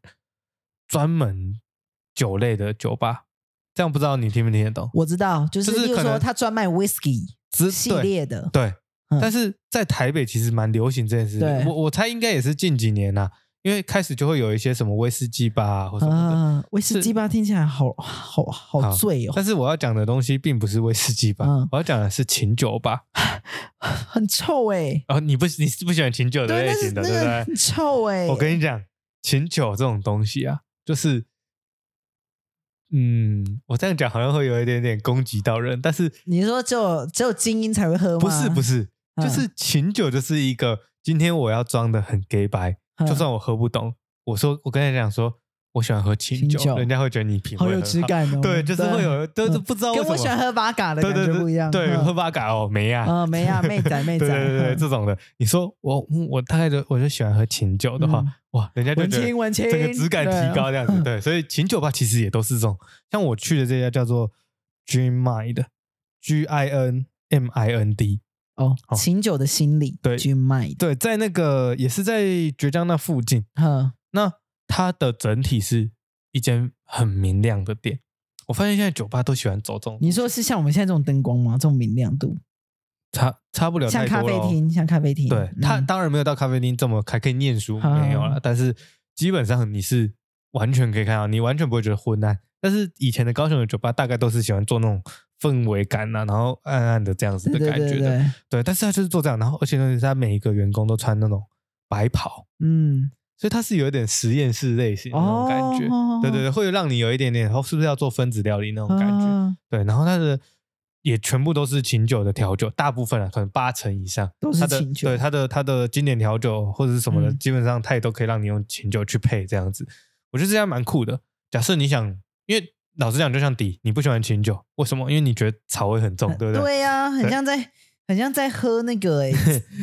S1: 专门酒类的酒吧，这样不知道你听不听得懂？
S2: 我知道，就是
S1: 就是
S2: 例如
S1: 可能
S2: 说他专卖 Whisky
S1: 只
S2: 系
S1: 对
S2: 列的，
S1: 对，
S2: 嗯
S1: 但是在台北其实蛮流行这件事
S2: 对
S1: 情。我我猜应该也是近几年啦、因为开始就会有一些什么威士忌吧、或什么的。
S2: 啊，威士忌吧，听起来好好好
S1: 好
S2: 醉哦，
S1: 但是我要讲的东西并不是威士忌吧，
S2: 嗯
S1: 我要讲的是琴酒吧。
S2: 很臭哎、
S1: 哦，你不你是不喜欢琴酒的
S2: 对，
S1: 类
S2: 那是
S1: 型的，
S2: 那
S1: 对
S2: 个
S1: 不
S2: 很
S1: 对？
S2: 臭哎、
S1: 我跟你讲，琴酒这种东西啊，就是，嗯，我这样讲好像会有一点点攻击到人，但是
S2: 你说只有只有精英才会喝吗？
S1: 不是不是，
S2: 嗯
S1: 就是琴酒就是一个今天我要装的很 gay 白，
S2: 嗯，
S1: 就算我喝不懂，我说我跟他讲说，我喜欢喝清
S2: 清
S1: 酒，
S2: 酒
S1: 人家会觉得你品味
S2: 好
S1: 很
S2: 有质感哦，嗯
S1: 对，就是会有，就是不知道为
S2: 跟
S1: 什么
S2: 我喜欢喝巴嘎的
S1: 对
S2: 感
S1: 对
S2: 觉
S1: 对
S2: 不一样，
S1: 对，
S2: 嗯
S1: 喝八嘎哦，没呀、
S2: 嗯没呀妹仔妹
S1: 对
S2: 仔
S1: 对对对，
S2: 嗯
S1: 这种的，你说我嗯我大概就我就喜欢喝清酒的话，
S2: 嗯
S1: 哇，人家就
S2: 文
S1: 觉
S2: 青
S1: 得
S2: 文青，
S1: 整个质感提高这样子，
S2: 嗯
S1: 对，所以琴酒吧其实也都是这种，像我去的这家叫做 Gin Mind 的 G I N M I N D，
S2: 哦
S1: 好，
S2: 琴酒的心理
S1: 对
S2: 去卖的，
S1: 对，在那个也是在浙江那附近，
S2: 嗯
S1: 那它的整体是一间很明亮的店。我发现现在酒吧都喜欢走这种，
S2: 你说是像我们现在这种灯光吗？这种明亮度，
S1: 差差不了
S2: 像
S1: 太
S2: 咖
S1: 多
S2: 啡
S1: 咯
S2: 厅，像咖啡厅，
S1: 对，它
S2: 嗯
S1: 当然没有到咖啡厅这么还可以念书，没有啦。
S2: 嗯
S1: 但是基本上你是完全可以看到，你完全不会觉得昏暗。但是以前的高雄的酒吧大概都是喜欢做那种氛围感啊，然后暗暗的这样子
S2: 对
S1: 的
S2: 对
S1: 感
S2: 对
S1: 觉的。
S2: 对，
S1: 对，但是他就是做这样，然后而且呢，他每一个员工都穿那种白袍，
S2: 嗯，
S1: 所以它是有一点实验室类型的那种感觉。
S2: 哦
S1: 对对对，会让你有一点点，哦，是不是要做分子料理那种感觉？
S2: 啊
S1: 对，然后它的也全部都是琴酒的调酒，大部分啊，可能八成以上
S2: 都是
S1: 它的
S2: 琴酒
S1: 对它的它的经典调酒或者是什么的，
S2: 嗯
S1: 基本上它也都可以让你用琴酒去配这样子。我觉得这家蛮酷的，假设你想，因为老实讲，就像底，你不喜欢清酒，为什么？因为你觉得草味很重，对不对？
S2: 对呀、很像在很像在喝那 个、欸、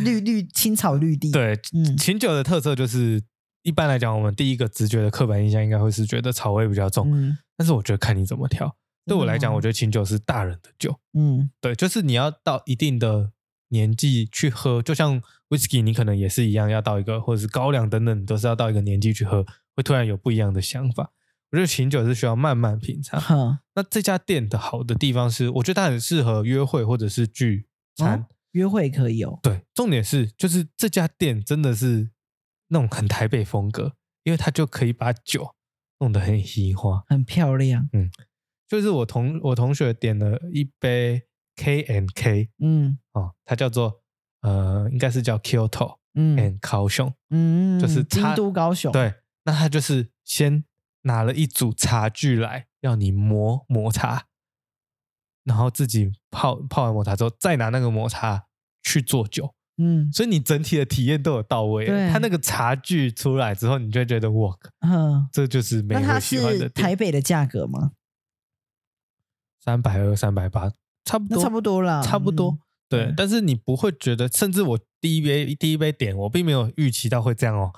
S2: 绿绿青草绿地。，
S1: 对，
S2: 嗯
S1: 琴酒的特色就是，一般来讲，我们第一个直觉的刻板印象应该会是觉得草味比较重，
S2: 嗯
S1: 但是我觉得看你怎么调。对我来讲，
S2: 哦
S1: 我觉得琴酒是大人的酒，
S2: 嗯
S1: 对，就是你要到一定的年纪去喝，就像 whisky，你可能也是一样，要到一个或者是高粱等等，你都是要到一个年纪去喝，会突然有不一样的想法。我觉得琴酒是需要慢慢品尝。
S2: 哼，
S1: 那这家店的好的地方是，我觉得它很适合约会或者是聚餐。
S2: 哦约会可以哦。
S1: 对，重点是就是这家店真的是那种很台北风格，因为它就可以把酒弄得很西化。
S2: 很漂亮，
S1: 就是我同我同学点了一杯 K and K
S2: 嗯
S1: 哦，它叫做呃，应该是叫 Kyoto
S2: 嗯
S1: and 高雄。
S2: 嗯，
S1: 哎就是
S2: 京
S1: 它
S2: 都高雄，，
S1: 对，那他就是先拿了一组茶具来，要你磨抹茶，然后自己泡泡完抹茶之后，再拿那个抹茶去做酒。
S2: 嗯
S1: 所以你整体的体验都有到位了。
S2: 对
S1: 它那个茶具出来之后，你就会觉得哇，
S2: 嗯哼，
S1: 这就是美
S2: 那它
S1: 国喜欢
S2: 是
S1: 的
S2: 台北的价格吗？
S1: 三百二、三百八，差不
S2: 那
S1: 多，
S2: 差不多啦，
S1: 差不多。对，
S2: 嗯
S1: 但是你不会觉得，甚至我第一杯第一杯点，我并没有预期到会这样哦。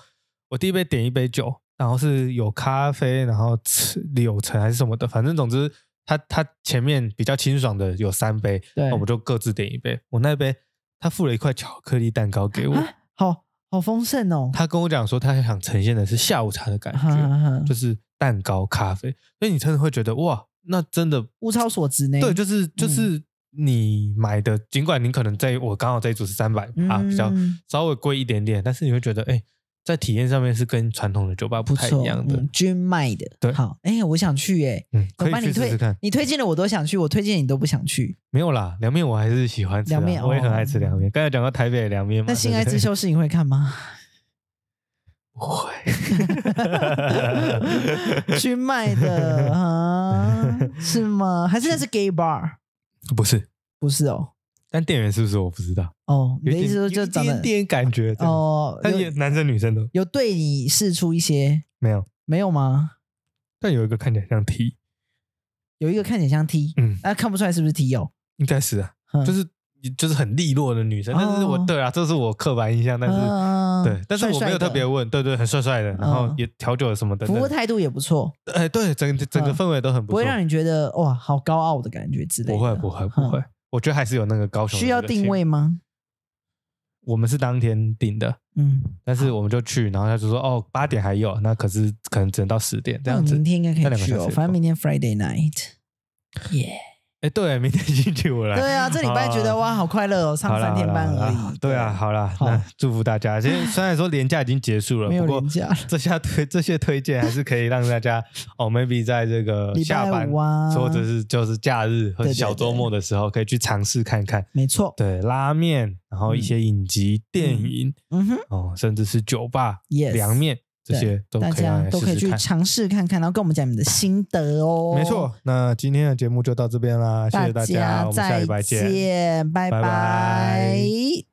S1: 我第一杯点一杯酒，然后是有咖啡，然后吃柳橙还是什么的，反正总之，它它前面比较清爽的有三杯，
S2: 对
S1: 那我们就各自点一杯。我那杯他付了一块巧克力蛋糕给
S2: 嗯。
S1: 我，
S2: 啊，好好丰盛哦，
S1: 他跟我讲说他想呈现的是下午茶的感
S2: 哈
S1: 觉，
S2: 哈哈
S1: 就是蛋糕、咖啡，所以你真的会觉得哇，那真的
S2: 物超所值呢。
S1: 对，就是
S2: 嗯
S1: 就是你买的，尽管你可能在我刚好这一组是三百啊，比较
S2: 嗯
S1: 稍微贵一点点，但是你会觉得哎，在体验上面是跟传统的酒吧不
S2: 不
S1: 太
S2: 错
S1: 一样的
S2: 嗯，均卖的，
S1: 对
S2: 好，哎，我想去哎，
S1: 嗯，可
S2: 怎么
S1: 以
S2: 办？
S1: 去
S2: 你
S1: 试
S2: 推
S1: 试看。
S2: 你推荐的我都想去，我推荐你都不想去。
S1: 没有啦，凉面我还是喜欢吃啊，
S2: 凉面
S1: 我也很
S2: 哦
S1: 爱吃凉面。刚才讲到台北的凉面嘛，
S2: 那《性
S1: 对
S2: 爱
S1: 啊不对
S2: 自修室》你会看吗？
S1: 不会，
S2: 去卖的 啊？是吗？还是那是 gay bar？
S1: 不是。
S2: 不是哦，但
S1: 但店员是不是我不知道？
S2: 哦，你
S1: 有
S2: 的
S1: 一
S2: 意
S1: 点
S2: 思说
S1: 有
S2: 就
S1: 一
S2: 长
S1: 点
S2: 得
S1: 点感觉这样
S2: 哦，
S1: 但也
S2: 有
S1: 男生女生都
S2: 有对你试出一些
S1: 没有，
S2: 没有吗？
S1: 但有一个看起来像 T，
S2: 有一个看起来像 T，
S1: 嗯，
S2: 那看不出来是不是 T 友，
S1: 应该是啊，
S2: 嗯
S1: 就是就是很利落的女生。但是我
S2: 哦
S1: 对啊，这是我刻板印象，但是
S2: 嗯
S1: 对，但是我没有特别。问，对对，很帅帅的，然后
S2: 嗯
S1: 也调酒什么的，
S2: 帅帅的服务
S1: 对
S2: 态度也不错，
S1: 哎，对，整整个
S2: 嗯
S1: 氛围都很
S2: 不
S1: 错
S2: 会，让你觉得哇，好高傲的感觉之类的。
S1: 不会不会不会
S2: 嗯，
S1: 我觉得还是有那个高雄的
S2: 需要
S1: 那个气
S2: 定
S1: 氛
S2: 位。吗？
S1: 我们是当天订的，
S2: 嗯，
S1: 但是我们就去，然后他就说哦，八点还有，那可是可能只能到十点这
S2: 那
S1: 样
S2: 我
S1: 子
S2: 明。天应该
S1: 那
S2: 可以
S1: 两个
S2: 去
S1: 小
S2: 哦，
S1: 时
S2: 反正明天 Friday night。耶，
S1: 哎，对，明天星期五了。
S2: 对啊，这礼拜觉得哇，好快乐哦，
S1: 好
S2: 上
S1: 啦
S2: 三天班
S1: 好啦
S2: 而
S1: 好啦
S2: 已。
S1: 对啊，好啦，
S2: 好
S1: 那祝福大家。其 实虽然说廉价已经结束了，
S2: 没有
S1: 不过
S2: 廉价了
S1: 这下推这些推荐还是可以让大家哦，maybe 在这个
S2: 礼
S1: 下
S2: 拜
S1: 班
S2: 五啊
S1: 或者是就是假日或者
S2: 对对
S1: 小周末的时候，可以去尝试看看。
S2: 没错。
S1: 对，拉面，然后一些影集、电影
S2: 嗯哼，
S1: 哦，甚至是酒吧、
S2: Yes
S1: 凉面这些都
S2: 大
S1: 可以让大家
S2: 家都可以
S1: 试试
S2: 去
S1: 看。
S2: 尝试看看，然后跟我们讲你们的心得哦。
S1: 没错，，那今天的节目就到这边啦，谢谢
S2: 大
S1: 大家，我们下礼拜
S2: 再
S1: 见。
S2: 见，拜
S1: 拜拜
S2: 拜